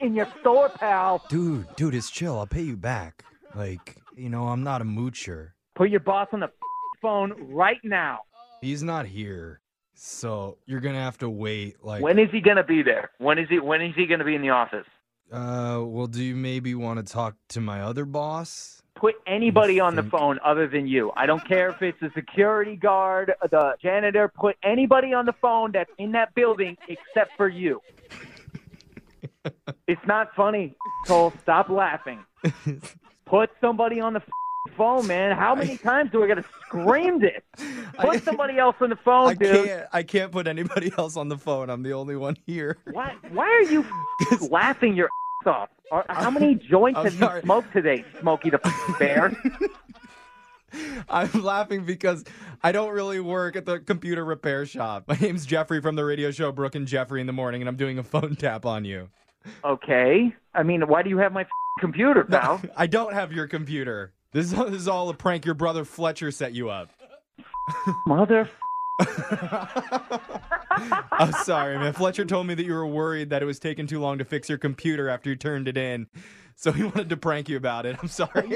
in your store, pal.
Dude, dude, it's chill. I'll pay you back. Like, you know, I'm not a moocher.
Put your boss on the f***ing phone right now.
He's not here. So you're gonna have to wait like
When is he gonna be there? When is he? When is he gonna be in the office?
uh well do you maybe want to talk to my other boss?
Put anybody on the phone other than you. I don't care if it's the security guard, the janitor. Put anybody on the phone that's in that building except for you.
*laughs*
it's not funny. Cole, stop laughing.
*laughs*
Put somebody on the f***ing phone, man. How many times do I gotta scream this?
*laughs*
Put somebody else on the phone,
I
dude.
can't I can't put anybody *laughs* else on the phone. I'm the only one here.
Why, why are
*laughs*
you f***ing laughing your ass off? Are, how many joints
I'm
have
sorry.
you smoked today, Smokey the f***ing Bear?
*laughs* I'm laughing because I don't really work at the computer repair shop. My name's Jeffrey from the radio show Brooke and Jeffrey in the morning and I'm doing a phone tap on you.
Okay. I mean, why do you have my f- computer, pal?
*laughs* I don't have your computer. This is, this is all a prank your brother Fletcher set you up.
Mother.
*laughs* I'm sorry, man. Fletcher told me that you were worried that it was taking too long to fix your computer after you turned it in. So he wanted to prank you about it. I'm sorry.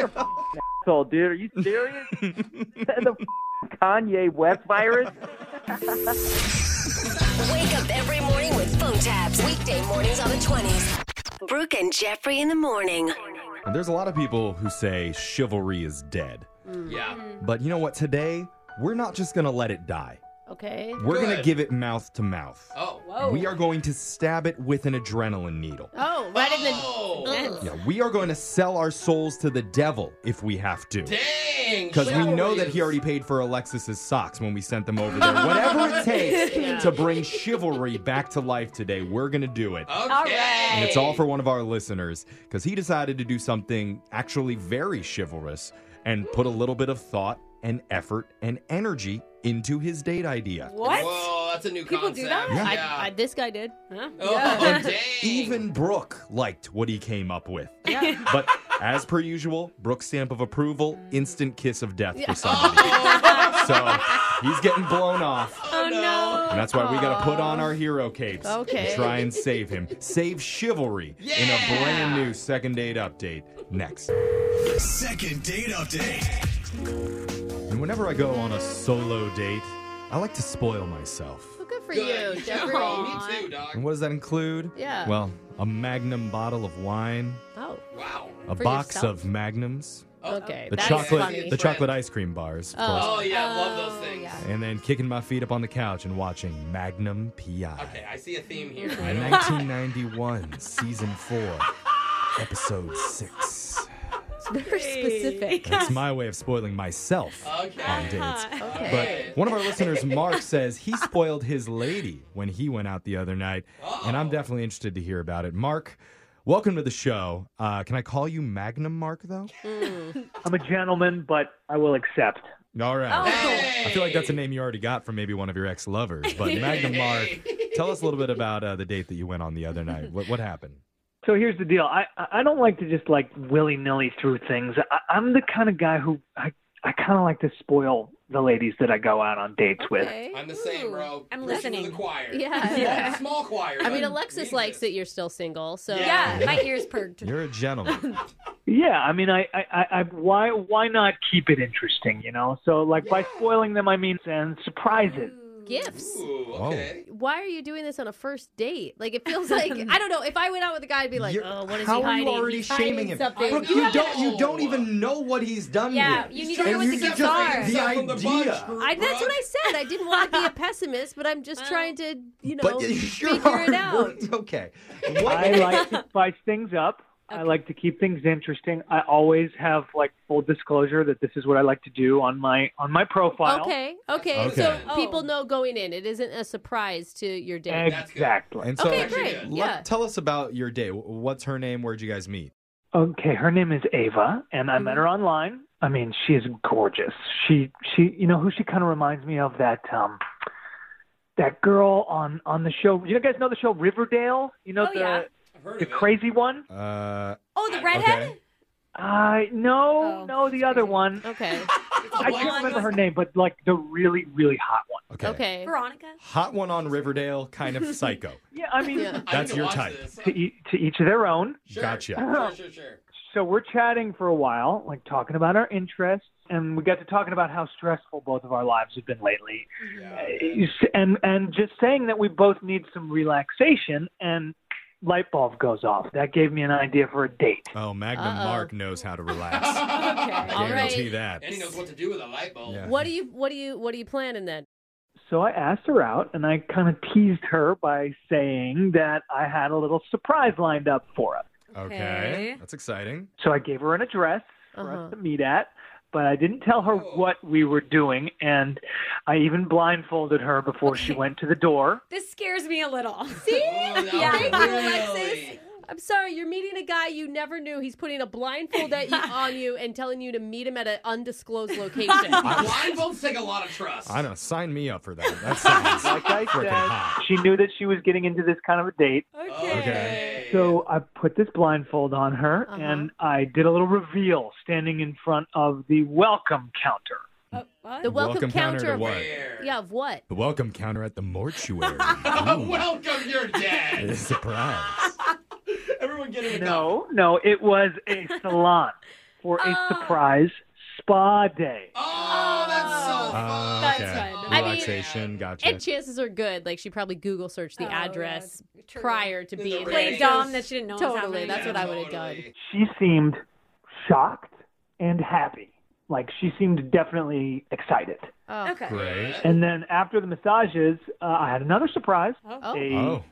asshole, dude. Are you serious? the f- Kanye West virus?
Wake up every morning with phone tabs. Weekday mornings on the 20s. Brooke and Jeffrey in the morning.
And *laughs* there's a lot of people who say chivalry is dead.
Yeah.
But you know what? Today, we're not just going to let it die.
Okay.
We're going to give it mouth to mouth.
Oh.
Whoa.
We are going to stab it with an adrenaline needle.
Oh, right in the. Ugh.
Yeah, we are going to sell our souls to the devil if we have to.
Dang.
Because we know
chivalry
that he
is-
already paid for Alexis's socks when we sent them over there. Whatever
*laughs*
it takes
Yeah.
to bring chivalry back to life today, we're going to do it.
Okay.
And it's all for one of our listeners because he decided to do something actually very chivalrous and put a little bit of thought and effort and energy into his date idea.
What?
Whoa, that's a new
People
concept.
do that?
Yeah.
I, I, this guy did.
Oh,
Yeah.
*laughs* dang.
Even Brooke liked what he came up with.
*laughs*
*laughs*
Yeah.
But as per usual, Brooke's stamp of approval, instant kiss of death for somebody. so he's getting blown off.
Oh, *laughs* no.
And that's why we gotta put on our hero capes
Okay.
and try and save him. Save chivalry in a brand new second date update next.
Second date update.
And whenever I go on a solo date, I like to spoil myself.
Good for
*laughs*
Good.
you, Jeffrey.
Oh,
Yeah, me too, dog.
And what does that include?
Yeah.
Well, a magnum bottle of wine,
Oh.
Wow.
a
For
box
yourself?
of magnums,
Okay.
the
that's
chocolate
funny.
the chocolate ice cream bars, of course.
Oh, yeah, I love those things.
And then kicking my feet up on the couch and watching Magnum PI.
Okay, I see a theme
*laughs*
here. I don't-
*laughs*
1991, season four, episode six.
Very specific.
*laughs* That's my way of spoiling myself
Okay.
on dates.
Okay.
But one of our *laughs* listeners, Mark, says he spoiled his lady when he went out the other night, and I'm definitely interested to hear about it. Mark, welcome to the show. Uh, can I call you Magnum Mark though?
Mm. I'm a gentleman, but I will accept.
All
Oh,
right.
Hey.
I feel like that's a name you already got from maybe one of your ex-lovers,
*laughs*
but Magnum Mark, tell us a little bit about uh, the date that you went on the other night. What what happened?
So here's the deal. I I don't like to just like willy nilly through things. I, I'm the kind of guy who I I kind of like to spoil the ladies that I go out on dates with.
Okay.
I'm the same, bro.
I'm
Preaching to
listening.
The choir.
Yeah.
Small-
Yeah.
*laughs* Small choir.
I mean,
bud.
Alexis
We
likes
exist.
that you're still single, so.
Yeah, my ears perked.
You're a gentleman.
*laughs*
Yeah, I mean, I, I, I, I, why, why not keep it interesting? You know, so like by spoiling them, I mean, and surprises.
Gifts.
Ooh, okay.
Why are you doing this on a first date? Like it *laughs* feels like I don't know. If I went out with a guy, I'd be like,
You're-
"Oh, what is
how
he
are
hiding?
you already
He's
shaming
hiding
him?
something."
Brooke,
You
you
have
don't
to
you
know.
don't even know what he's done
Yeah,
here.
you need to
trying
go
to
with the
separate
guitar.
yourself.
Yourself from
The idea.
bunch,
I, that's what
bro.
I said. I didn't want to be a pessimist, but I'm just trying to, you know,
But
figure
you're
it
already-
out.
Okay.
I like to spice things up. I like to keep things interesting. I always have like full disclosure that this is what I like to do on my on my profile.
Okay, okay.
Okay.
So
Oh.
people know going in. It isn't a surprise to your date.
*laughs*
That's good.
Exactly.
And so
Okay, great,
let-
yeah.
tell us about your day. Wh- What's her name? Where'd you guys meet?
Okay, her name is Ava, and I met her online. I mean, she is gorgeous. She she you know who she kind of reminds me of that um that girl on on the show. You guys know the show Riverdale? You know
Oh,
the
yeah.
the crazy one?
Uh,
Oh, the redhead? Oh,
Uh, no, no, the other one.
Okay.
*laughs* I can't remember her name, but like the really really hot one.
Okay.
Veronica?
Hot one on Riverdale, kind
*laughs*
of psycho.
Yeah, I mean,
That's your type.
To, e- to each their own.
Gotcha.
Sure, sure.
So we're chatting for a while, like talking about our interests, and we got to talking about how stressful both of our lives have been lately, Uh, and and just saying that we both need some relaxation. And light bulb goes off. That gave me an idea for a date.
Oh, Magnum
Uh-oh.
Mark knows how to relax.
okay. All
Guarantee
right.
that.
And he knows what to do with a light bulb.
What do you what do you what are you planning then?
*laughs* So I asked her out, and I kind of teased her by saying that I had a little surprise lined up for us.
Okay. That's exciting.
So I gave her an address for
Uh-huh.
us to meet at, but I didn't tell her
Oh.
what we were doing, and I even blindfolded her before she went to the door.
This scares me a
*laughs*
little.
See?
Oh,
Yeah.
Oh, Thank you, Alexis. I'm sorry, you're meeting a guy you never knew. He's putting a blindfold at you, on you and telling you to meet him at an undisclosed location.
Blindfolds take a lot of trust.
I know. Sign me up for that. That sounds
Like I
freaking hot.
said, she knew that she was getting into this kind of a date.
Okay.
So I put this blindfold on her,
Uh-huh.
and I did a little reveal standing in front of the welcome counter.
The welcome,
Welcome counter
counter.
to
of-
what?
Yeah, of what?
The welcome counter at the mortuary.
*laughs* Welcome, you're
*laughs*
dead.
It's a surprise.
Everyone get in.
No, no, it was
*laughs*
a salon for a
Oh.
surprise spa day.
Oh,
Uh,
Oh. That's
okay.
fine. I mean-
Relaxation. gotcha.
And chances are good, like she probably Google searched the address prior to being
Played
there.
dumb that she didn't know.
Totally, that's what I would have done.
she seemed shocked and happy. Like she seemed definitely excited.
Oh.
Okay.
And then after the massages, uh, I had another surprise.
Oh.
A,
Oh.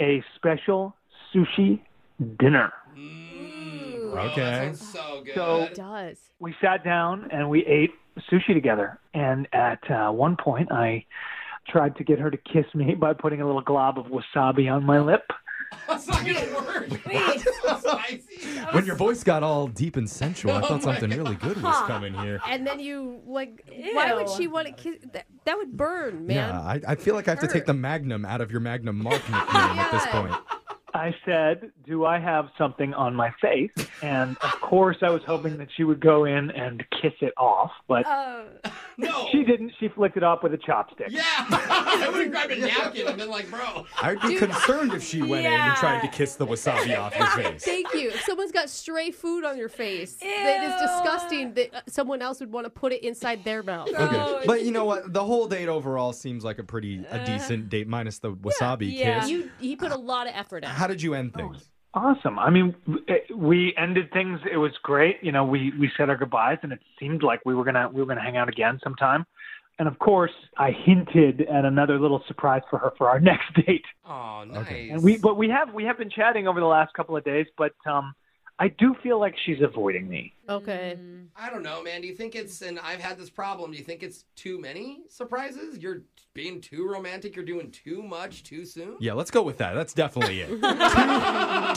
a special sushi dinner.
okay.
So good.
So
does.
we sat down and we ate sushi together. And at uh, one point, I tried to get her to kiss me *laughs* by putting a little glob of wasabi on my lip.
*laughs* That's not gonna work.
When your voice got all deep and sensual, I
*laughs* Oh
thought
my
something really good was
Huh.
coming here.
And then you like, why would she want to kiss? That, that would burn, man.
Yeah, I, I feel like I have to take the Magnum out of your Magnum Mark nickname at this point.
I said, Do I have something on my face? And of course, I was hoping that she would go in and kiss it off, but
Oh.
Oh.
she didn't. She flicked it off with a chopstick.
*laughs* I would have grabbed a napkin and been like, bro.
I'd be concerned if she went in and tried to kiss the wasabi off
*laughs*
your face.
Thank you. If someone's got stray food on your face, that is disgusting. That uh, someone else would want to put it inside their mouth.
Okay. But you know what? The whole date overall seems like a pretty a decent date minus the wasabi kiss.
You, he put a lot of effort in.
How did you end things?
Awesome. I mean, w- eh, we ended things. It was great. You know, we we said our goodbyes, and it seemed like we were gonna we were gonna hang out again sometime. And of course, I hinted at another little surprise for her for our *laughs* next date.
Oh, nice.
And we but we have we have been chatting over the last couple of days, but um, I do feel like she's avoiding me.
Okay.
I don't know, man. Do you think it's, and I've had this problem, do you think it's too many surprises? You're being too romantic? You're doing too much too soon?
Yeah, let's go with that. That's definitely it.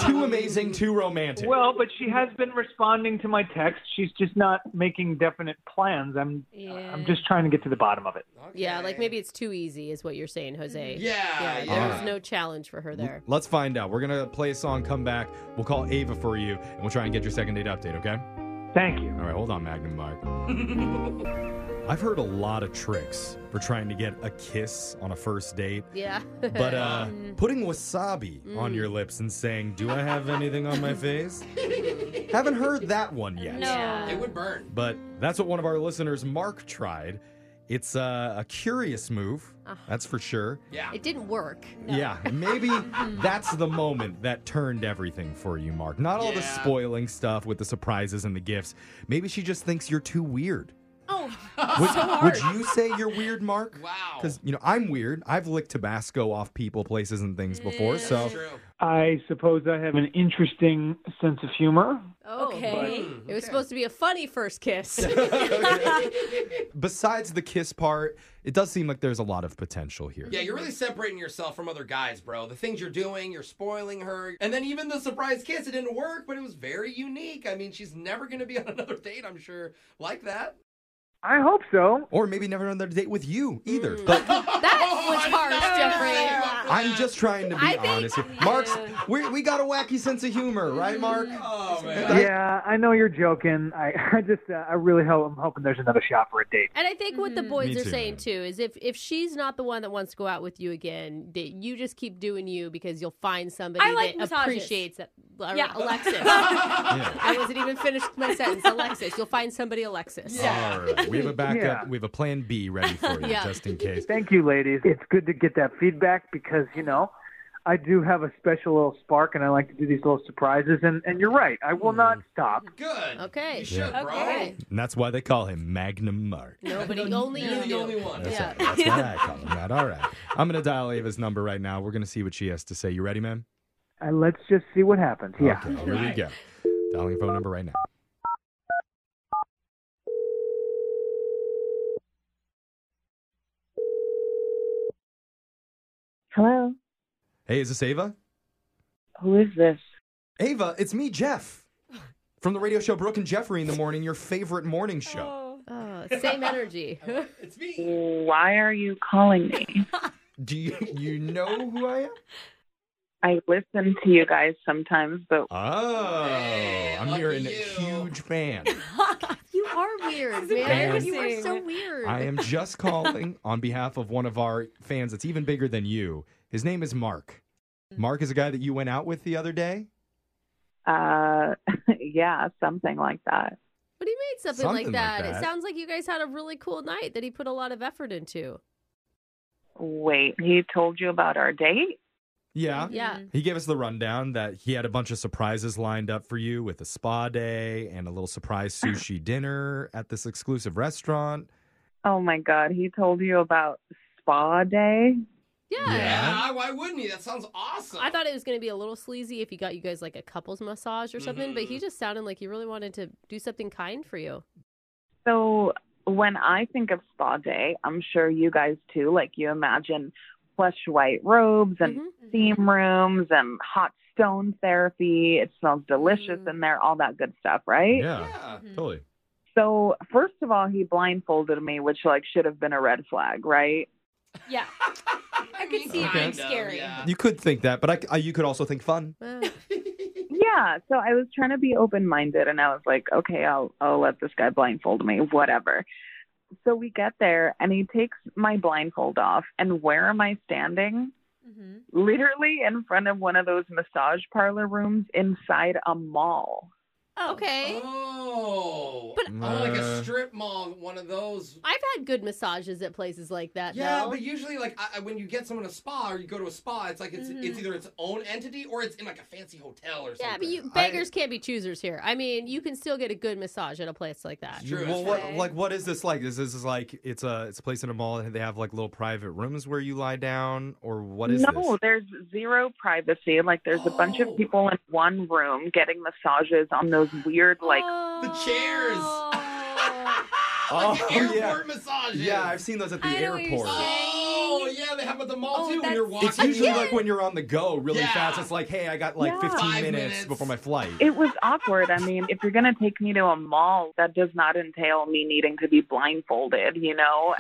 Too amazing, too romantic.
Well, but she has been responding to my text. She's just not making definite plans. I'm I'm just trying to get to the bottom of it.
Yeah, like maybe it's too easy, is what you're saying, Jose.
Yeah,
yeah.
yeah.
There's no challenge for
*laughs*
her there.
Let's find out. We're going to play a song, come back. We'll call Ava for you, and we'll try and get your second date update, okay?
Thank you.
All right, hold on, Magnum Mark. I've heard a lot of tricks for trying to get a kiss on a first date.
Yeah. Um, mm.
But
*laughs*
uh, putting wasabi on your lips and saying, Do I have anything on my face? Haven't heard that one yet.
It would burn.
But that's what one of our listeners, Mark, tried. It's uh, a curious move,
Ah.
that's for sure.
Yeah.
It didn't work.
Yeah,
*laughs*
maybe that's the moment that turned everything for you, Mark. Not all the
Yeah.
spoiling stuff with the surprises and the gifts. Maybe she just thinks you're too weird.
Oh,
*laughs*
Would,
*laughs* so hard.
would you say you're weird,
Mm,
Mark? Wow. Because, you know, I'm weird. I've licked Tabasco off people, places, and things before. So
I suppose I have an interesting sense of humor.
Oh,
Okay. It was supposed to be a funny first kiss.
Besides the kiss part, it does seem like there's a lot of potential here.
Yeah, you're really separating yourself from other guys, bro. The things you're doing, you're spoiling her. And then even the surprise kiss, it didn't work, but it was very unique. I mean, she's never going to be *laughs* on another date, I'm sure, like that.
I hope so.
Or maybe never another date with you either.
Mm. *laughs*
But
*laughs* That was harsh, Jeffrey.
I'm just trying to be
I think-
honest here. Mark's, we, we got a wacky sense of humor, right, Mark? Oh, man.
Yeah, I know you're joking. I, *laughs* I just, uh, I really hope, I'm hoping there's another shot for a date.
And I think what the
Mm-hmm.
boys
Me
are
too.
saying too is if if she's not the one that wants to go out with you again, that you just keep doing you because you'll find somebody
I like
that
massages.
appreciates that. Or
Yeah.
Alexis. I wasn't even finished my sentence. Alexis, you'll find somebody Alexis.
All right. We have a backup.
Yeah.
We have a plan B ready for you
*laughs* Yeah.
just in case.
Thank you, ladies. It's good to get that feedback because, you know, I do have a special little spark and I like to do these little surprises. And, and you're right, I
Hmm.
will not stop.
Good.
Okay.
should, bro.
okay.
And that's why they call him Magnum Mark.
Nobody, only
you're
you.
the
do.
only one.
That's,
*laughs* Yeah.
right. That's why I call him that. All right. I'm going to dial Ava's number right now. We're going to see what she has to say. You ready, ma'am?
Uh, let's just see what happens. Yeah.
Okay, here we go. Dialing phone number right now.
Hello.
Hey, is this Ava?
Who is this?
Ava, it's me,
*laughs*
Jeff. From the radio show Brooke and Jeffrey in the morning, your favorite morning show.
Oh, same energy.
it's me.
Why are you calling me?
*laughs* Do you you know who I am?
I listen to you guys sometimes, but
Oh, I'm hearing a huge fan.
You are weird, man.
embarrassing.
You are so weird.
I am just calling on behalf of one of our fans that's even bigger than you. His name is Mark. Mark is a guy that you went out with the other day.
uh, *laughs* yeah, something like that.
But he made something,
Something like
like, that.
that.
It sounds like you guys had a really cool night that he put a lot of effort into.
Wait, he told you about our date?
Yeah.
Yeah.
He gave us the rundown that he had a bunch of surprises lined up for you with a spa day and a little surprise sushi dinner at this exclusive restaurant.
Oh my God, he told you about spa day?
Yeah.
Yeah, why wouldn't he? That sounds awesome.
I thought it was going to be a little sleazy if he got you guys like a couples massage or something, but
Mm-hmm.
he just sounded like he really wanted to do something kind for you.
So when I think of spa day, I'm sure you guys too, like you imagine plush white robes and steam rooms and hot stone therapy. It smells delicious in there, all that good stuff, right?
totally.
So first of all, he blindfolded me, which like should have been a red flag, right?
*laughs*
Yeah. I could see it
Okay.
being scary.
You could think that, but I, I- you could also think fun.
Yeah. So I was trying to be open minded, and I was like, okay, I'll I'll let this guy blindfold me, whatever. So we get there, and he takes my blindfold off, and where am I standing? Literally in front of one of those massage parlor rooms inside a mall.
Okay.
Oh. But
Mm.
oh, like
Uh.
a strip mall, one of those.
I've had good massages at places like that.
Yeah,
though.
but usually, like I, I- when you get someone a spa or you go to a spa, it's like it's
Mhm.
it's either its own entity or it's in like a fancy hotel or something.
yeah, but you beggars can't be choosers here. I mean, you can still get a good massage at a place like that.
Well, what, like, what is this like? Is this is like it's a it's a place in a mall and they have like little private rooms where you lie down, or what is
no,
this?
there's zero privacy. Like there's a bunch of people in one room getting massages on those weird like
the chairs. *laughs*
Oh,
*laughs*
like the airport massages.
Yeah, I've seen those at the airport.
Oh, yeah, they have at the mall too. When you're walking, *laughs*
It's usually like when you're on the go really fast. It's like, hey, I got like
Yeah.
15
Five
minutes,
minutes.
before my flight.
It was awkward. I mean, if you're going to take me to a mall, that does not entail me needing to be blindfolded, you
*laughs*
know?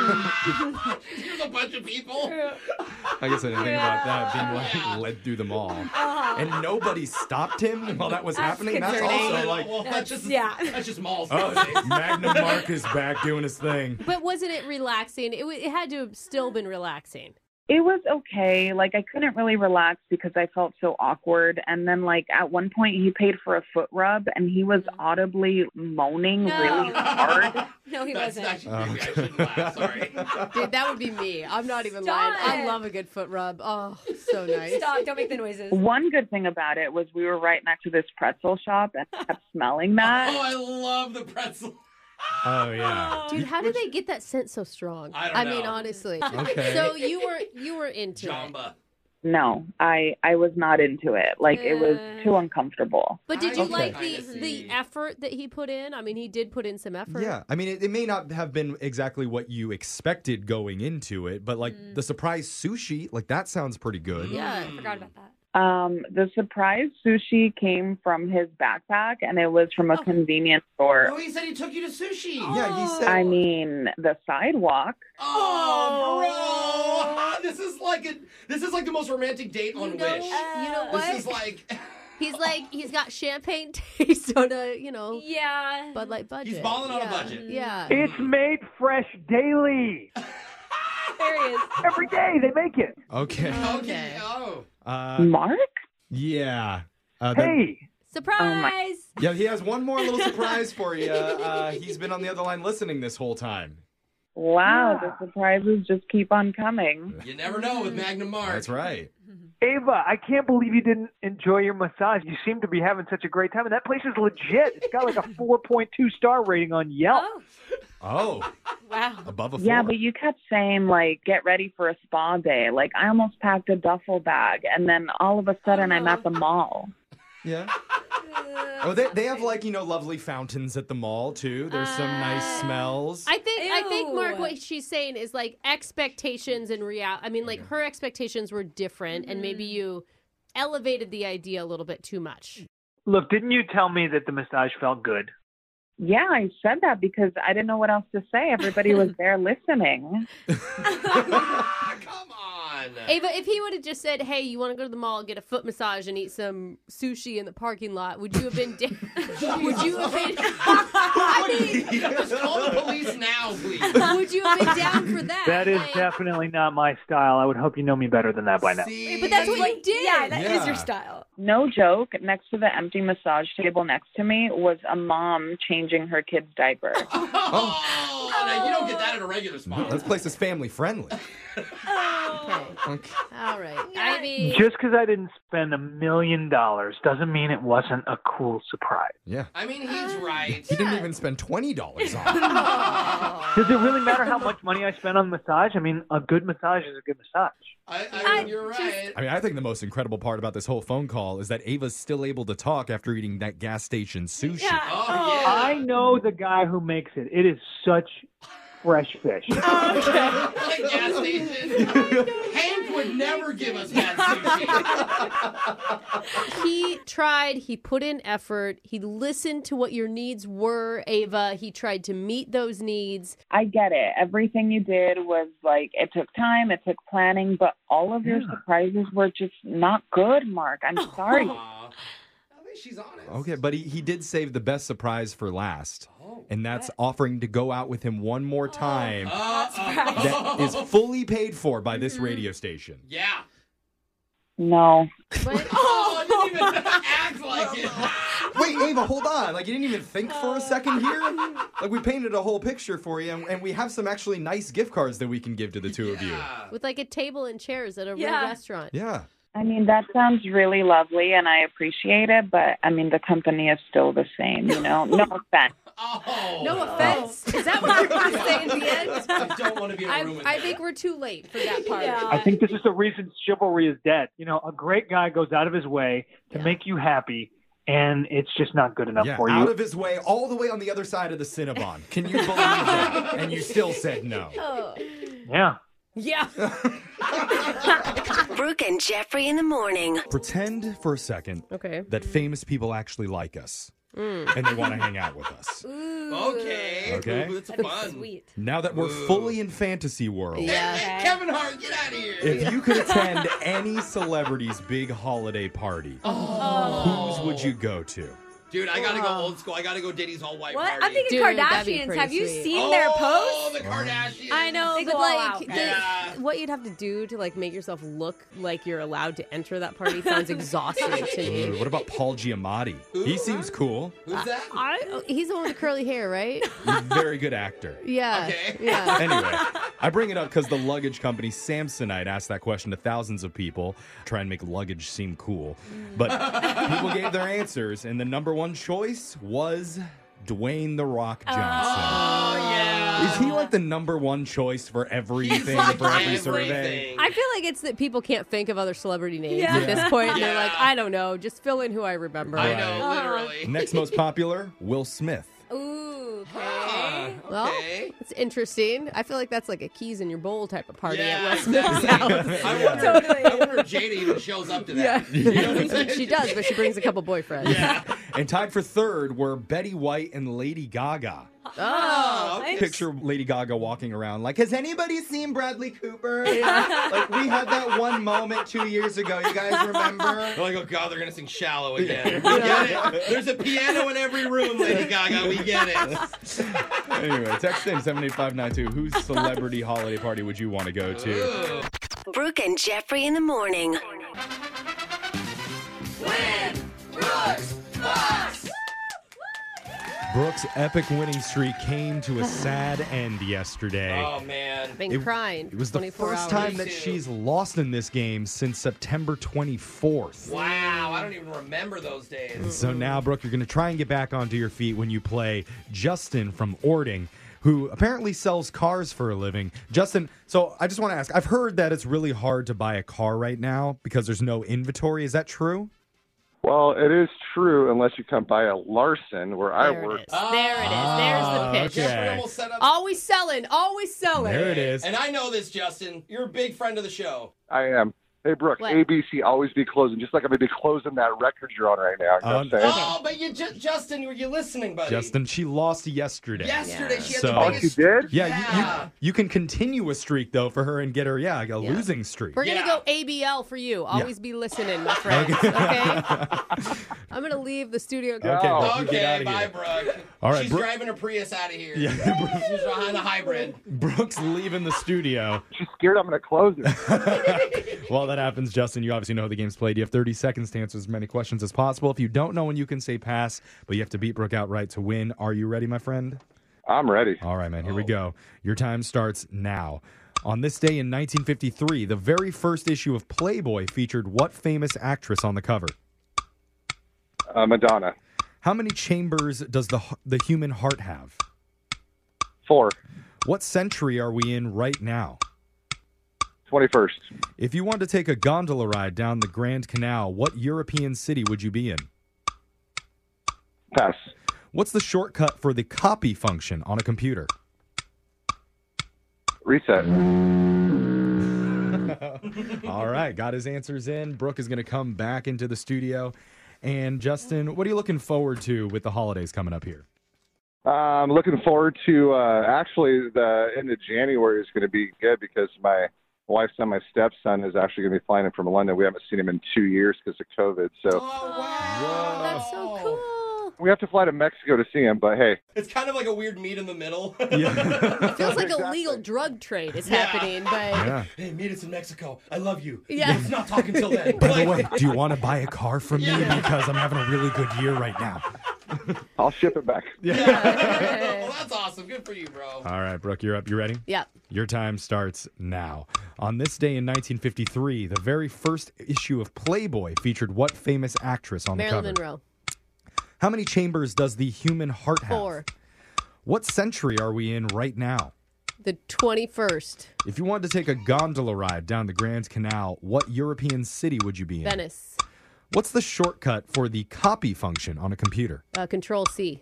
There's a bunch of people.
*laughs* I guess I didn't think about that being like led through the mall,
Uh-huh.
and nobody stopped him while that was
That's
happening. That's
concerning.
also
*laughs*
like,
Well, that's just
Yeah.
that's just malls.
oh, Magnum Mark is back doing his thing.
But wasn't it relaxing? It, wa it had to have still been relaxing.
It was okay. Like, I couldn't really relax because I felt so awkward. And then, like, at one point, he paid for a foot rub and he was audibly moaning really hard.
*laughs* No, he wasn't.
Sorry.
*laughs* Dude, that would be me. I'm not even
Stop
lying. I
it.
love a good foot rub. Oh, so nice.
Stop, don't make the noises.
One good thing about it was we were right next to this pretzel shop and I
*laughs*
kept smelling that.
Oh, I love the pretzel.
Oh yeah.
Dude, how did they get that scent so strong?
I don't
mean,
know.
honestly.
Okay.
So you were you were into it.
Jamba.
no, I I was not into it. Like it was too uncomfortable.
But did you
Okay.
like the the effort that he put in? I mean, he did put in some effort.
Yeah, I mean, it, it may not have been exactly what you expected going into it, but like the surprise sushi, like that sounds pretty good.
Yeah, I forgot about that.
Um, the surprise sushi came from his backpack, and it was from a
Oh.
convenience store.
Oh, he said he took you to sushi.
Oh,
I mean, the sidewalk.
Oh, bro, this is like a this is like the most romantic date on Wish.
You know what?
This is like
*laughs* he's like he's got champagne *laughs* taste on a you know
yeah
Bud Light budget.
balling on a
Yeah.
budget.
Yeah.
It's made fresh daily.
there he is.
Every day they make it.
Okay.
okay. Oh.
Uh,
Mark?
Yeah. Uh,
hey.
Surprise!
Yeah, he has one more little surprise for you. Uh, he's been on the other line listening this whole time.
Wow, the surprises just keep on coming.
You never know with Magnum Mark.
That's right.
Ava, I can't believe you didn't enjoy your massage. You seem to be having such a great time, and that place is legit. It's got like
*laughs*
a 4.2 star rating on Yelp.
*laughs*
Oh,
wow.
Above a four.
Yeah, but you kept saying like, get ready for a spa day. Like I almost packed a duffel bag, and then all of a sudden I'm at the mall.
Yeah. Oh, they, they have like, you know, lovely fountains at the mall too. There's some nice smells.
I think I think Mark,
Ew.
what she's saying is like expectations and real. I mean, like her expectations were different, and maybe
Mm-hmm.
you elevated the idea a little bit too much.
Look, didn't you tell me that the massage felt good?
Yeah, I said that because I didn't know what else to say. Everybody was there listening.
Ava, if he would have just said, "Hey, you want to go to the mall, get a foot massage, and eat some sushi in the parking lot," would you have been? Da- would you have been? I mean,
*laughs* Just call the police now, please.
*laughs* would you have been down for that?
That is definitely not my style. I would hope you know me better than that by now.
But that's what you did. Yeah,
that is your Yeah.
style.
No joke, next to the empty massage table next to me was a mom changing her kid's diaper.
Oh, now you don't get that at a regular
*laughs*
spot.
this place is family friendly.
*laughs*
Okay.
Oh. All right. I mean,
Just because I didn't spend a million dollars doesn't mean it wasn't a cool surprise.
Yeah.
I mean,
Uh.
he's right.
He didn't even spend $20 on it.
Does it really matter how much money I spend on massage? I mean, a good massage is a good massage.
I, I mean, you're right.
I mean, I think the most incredible part about this whole phone call is that Ava's still able to talk after eating that gas station sushi.
Oh,
Oh.
oh.
I know Oh, the guy who makes it. It is such fresh fish.
Like gas station. Hank would never give us that sushi.
he tried. He put in effort. He listened to what your needs were, Ava. He tried to meet those needs.
I get it. Everything you did was like it took time, it took planning, but all of your surprises were just not good, Mark. I'm sorry.
She's honest.
Okay, but he, he did save the best surprise for last.
Oh,
and that's offering to go out with him one more time.
Oh.
That
*laughs*
is fully paid for by this radio station.
Yeah.
No.
*laughs* Oh, I didn't even act like it.
Wait, Ava, hold on. Like, you didn't even think for a second here? Like, we painted a whole picture for you, and, and we have some actually nice gift cards that we can give to the two of you.
with like a table and chairs at a
Yeah.
real
*laughs*
restaurant.
Yeah.
I mean, that sounds really lovely and I appreciate it, but I mean, the company is still the same, you know? No offense.
No offense. Is that what you're going to say in *laughs* the end?
Oh. I don't want to be in a
I,
room with
Oh. I think we're too late for *laughs* that part.
I think this is the reason chivalry is dead. You know, a great guy goes out of his way to make you happy, and it's just not good enough
Yeah,
for you.
out of his way, all the way on the other side of the Cinnabon. Can you believe that? And you still said no.
Yeah.
Oh. Yeah.
*laughs* Brooke and Jeffrey in the morning.
Pretend for a second
Okay.
that famous people actually like us
Mm.
and they want to hang out with us.
Okay.
Okay.
Ooh, that's
That'd
fun.
Now that we're fully in fantasy world,
Hey, Kevin Hart, get out of here.
if you could attend any celebrity's big holiday party, whose would you go to?
*laughs* Dude, I gotta go old school. I gotta go Diddy's all white
What?
party.
I'm thinking Kardashians. Have you seen their
Oh,
posts?
the Kardashians.
I know,
They
but
go all out,
like, the,
guys.
what you'd have to do to like make yourself look like you're allowed to enter that party *laughs* sounds exhausting to
Ooh,
me.
what about Paul Giamatti? he seems cool.
Who's that?
I, oh, he's the one with the curly hair, right?
Very good actor.
Yeah. Okay.
*laughs*
Yeah.
anyway, I bring it up because the luggage company Samsonite asked that question to thousands of people, try and make luggage seem cool. But people gave their answers, and the number one choice was Dwayne The Rock Johnson.
Oh, yeah.
Is he like the number one choice for everything for every survey?
I feel like it's that people can't think of other celebrity names
Yeah.
at this point. and They're
Yeah.
like, I don't know, just fill in who I remember.
Right. Next most popular, Will Smith.
Ooh, okay.
*laughs*
Well, it's interesting. I feel like that's like a keys in your bowl type of party at
*laughs*
West Smith's house.
I wonder,
Totally.
I wonder if Jada even shows up to that. You know what I'm
*laughs*
saying?
she does, but she brings
*laughs*
a couple boyfriends.
And tied for third were Betty White and Lady Gaga.
Oh,
Picture Lady Gaga walking around like, has anybody seen Bradley
*laughs*
Cooper?
Yeah.
like, we had that one moment two years ago. You guys remember?
*laughs* They're like, oh god, they're gonna sing "Shallow" again. We get it. There's a piano in every room, Lady Gaga. We get it.
anyway, text in 78592. Whose celebrity holiday party would you want to go to?
Brooke and Jeffrey in the morning.
Brooks' epic winning streak came to a sad end yesterday.
Oh man,
been
It-
crying.
It was the
24
first
hours.
time that she's lost in this game since September 24th.
Wow, I don't even remember those
And
days.
so now, Brooke, you're going to try and get back onto your feet when you play Justin from Ording, who apparently sells cars for a living. Justin, so I just want to ask I've heard that it's really hard to buy a car right now because there's no inventory. Is that true?
Well, it is true unless you come by a Larson where I
There it
work.
There it is. Oh. There's
Ah,
the pitch.
okay.
Always selling. Always selling.
And I know this, Justin. You're a big friend of the show.
I am. Hey, Brooke,
What?
ABC always be closing, just like I'm going to be closing that record you're on right now. You know what I'm saying?
Oh, but you, ju- Justin, were you listening, buddy?
Justin, she lost yesterday.
Yesterday, she had
so,
the biggest.
did?
Yeah, You, you, you can continue a streak, though, for her and get her, yeah, a losing streak.
We're gonna go ABL for you. Always be listening, my friend. Okay.
*laughs*
I'm gonna leave the studio.
Okay, Brooke, you get out of
bye,
here.
Brooke.
All right,
She's
Brooke-
driving a Prius out of here.
Yeah,
She's behind
*laughs*
a hybrid.
Brooks leaving the studio.
*laughs* She's scared I'm going to close it.
*laughs* While that happens, Justin, you obviously know how the game's played. You have 30 seconds to answer as many questions as possible. If you don't know when you can say pass, but you have to beat Brooke outright to win. Are you ready, my friend?
I'm ready. Oh.
All right, man, here we go. Your time starts now. On this day in 1953, the very first issue of Playboy featured what famous actress on the cover?
Uh, Madonna.
How many chambers does the h- the human heart have?
Four.
What century are we in right now?
21st.
If you wanted to take a gondola ride down the Grand Canal, what European city would you be in?
Pass.
What's the shortcut for the copy function on a computer?
Reset.
*laughs* *laughs* All right, got his answers in. Brooke is going to come back into the studio. And Justin, what are you looking forward to with the holidays coming up here?
I'm looking forward to uh, actually the end of January is going to be good because my wife's son, my stepson, is actually going to be flying in from London. We haven't seen him in two years because of COVID. So
Oh, That's so cool.
we have to fly to Mexico to see him. But hey,
It's kind of like a weird meet in
*laughs*
the middle.
It feels like a legal drug trade is happening, but
Yeah.
Hey, meet us in Mexico. I love you.
Yeah.
Let's not talk
*laughs*
until then.
By the way, do you want to buy a car from me? Because I'm having a really good year right now.
*laughs* I'll ship it back.
*laughs* well, that's awesome. Good for you, bro.
*laughs* All right, Brooke, you're up. You ready?
Yep.
Your time starts now. On this day in 1953, the very first issue of Playboy featured what famous actress on
Marilyn
the cover?
Monroe.
How many chambers does the human heart have?
Four.
What century are we in right now?
The 21st.
If you wanted to take a gondola ride down the Grand Canal, what European city would you be in?
Venice.
What's the shortcut for the copy function on a computer?
Uh, control C.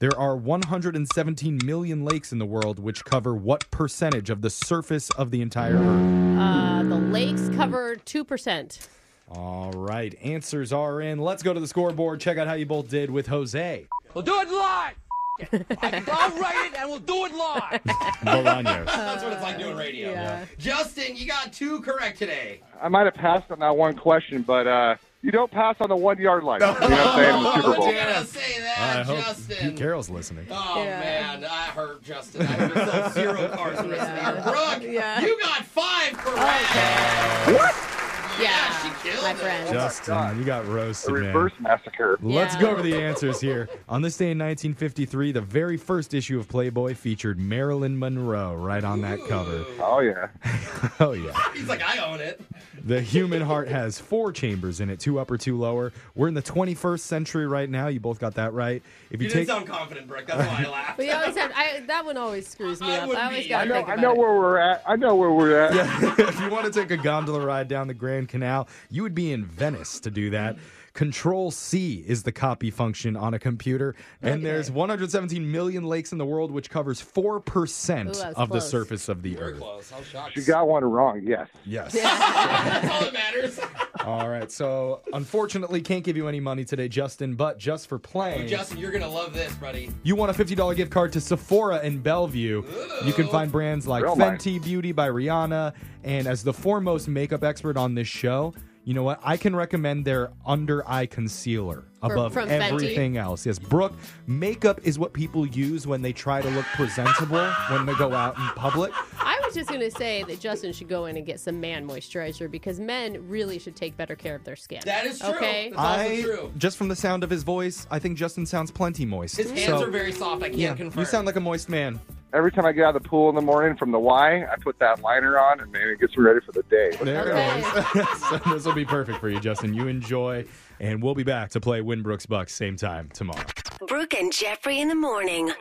There are 117 million lakes in the world, which cover what percentage of the surface of the entire Earth?
Uh, the lakes cover 2%.
All right, answers are in. Let's go to the scoreboard. Check out how you both did with Jose
We'll do it live. I'll write it and we'll do it
*laughs*
live.
Uh,
Bolaños.
That's what it's like doing radio. Justin, you got two correct today.
I might have passed on that one question, but uh, you don't pass on the one yard line. You know what I'm saying? in the Super Bowl.
I hope Pete Carroll's listening.
Oh man, I hurt Justin. I would sell zero cars the rest of the year. Brooke, you got five correct.
What?
Yeah,
she killed
Oh my friend.
Justin, you got roasted.
A reverse
man.
massacre.
Let's
Yeah.
go over the answers here. On this day in 1953, the very first issue of Playboy featured Marilyn Monroe right on that cover.
Oh, yeah.
*laughs* oh, yeah.
He's like, I own it.
The human heart has four chambers in it, two upper, two lower. We're in the 21st century right now. You both got that right. If
You,
you,
didn't
take
sound confident,
*laughs*
Brooke. That's why I laughed.
We always have. I, that one always screws me up. I always
I
gotta
know,
think
I
about
know where we're at. I know where we're at.
*laughs* if you want to take a gondola ride down the Grand Canal, you would be in Venice to do that. Control C is the copy function on a computer, and there's 117 million lakes in the world, which covers four
Ooh,
percent
that was
of the
close.
surface of the earth.
She *laughs* got one wrong, yes.
Yes.
That's all that matters.
All right, so unfortunately, can't give you any money today, Justin. But just for playing,
Justin, you're gonna love this, buddy.
You want a $50 gift card to Sephora in Bellevue. You can find brands like
Real mine.
Fenty Beauty by Rihanna. And as the foremost makeup expert on this show, you know what? I can recommend their under eye concealer
For-
above
from Fenty?
everything else. Yes, Brooke, makeup is what people use when they try to look presentable when they go out in public.
I was just gonna say that Justin should go in and get some man moisturizer because men really should take better care of their skin.
That is true.
Okay.
That's also
I,
true.
just from the sound of his voice, I think Justin sounds plenty moist.
His hands
So-
are very soft. I can't
yeah,
confirm.
You sound like a moist man.
Every time I get out of the pool in the morning from the Y, I put that liner on and man, it gets me ready for the day.
There it is. *laughs* so this will be perfect for you, Justin. You enjoy, and we'll be back to play Winbrooks Bucks same time tomorrow.
Brooke and Jeffrey in the morning.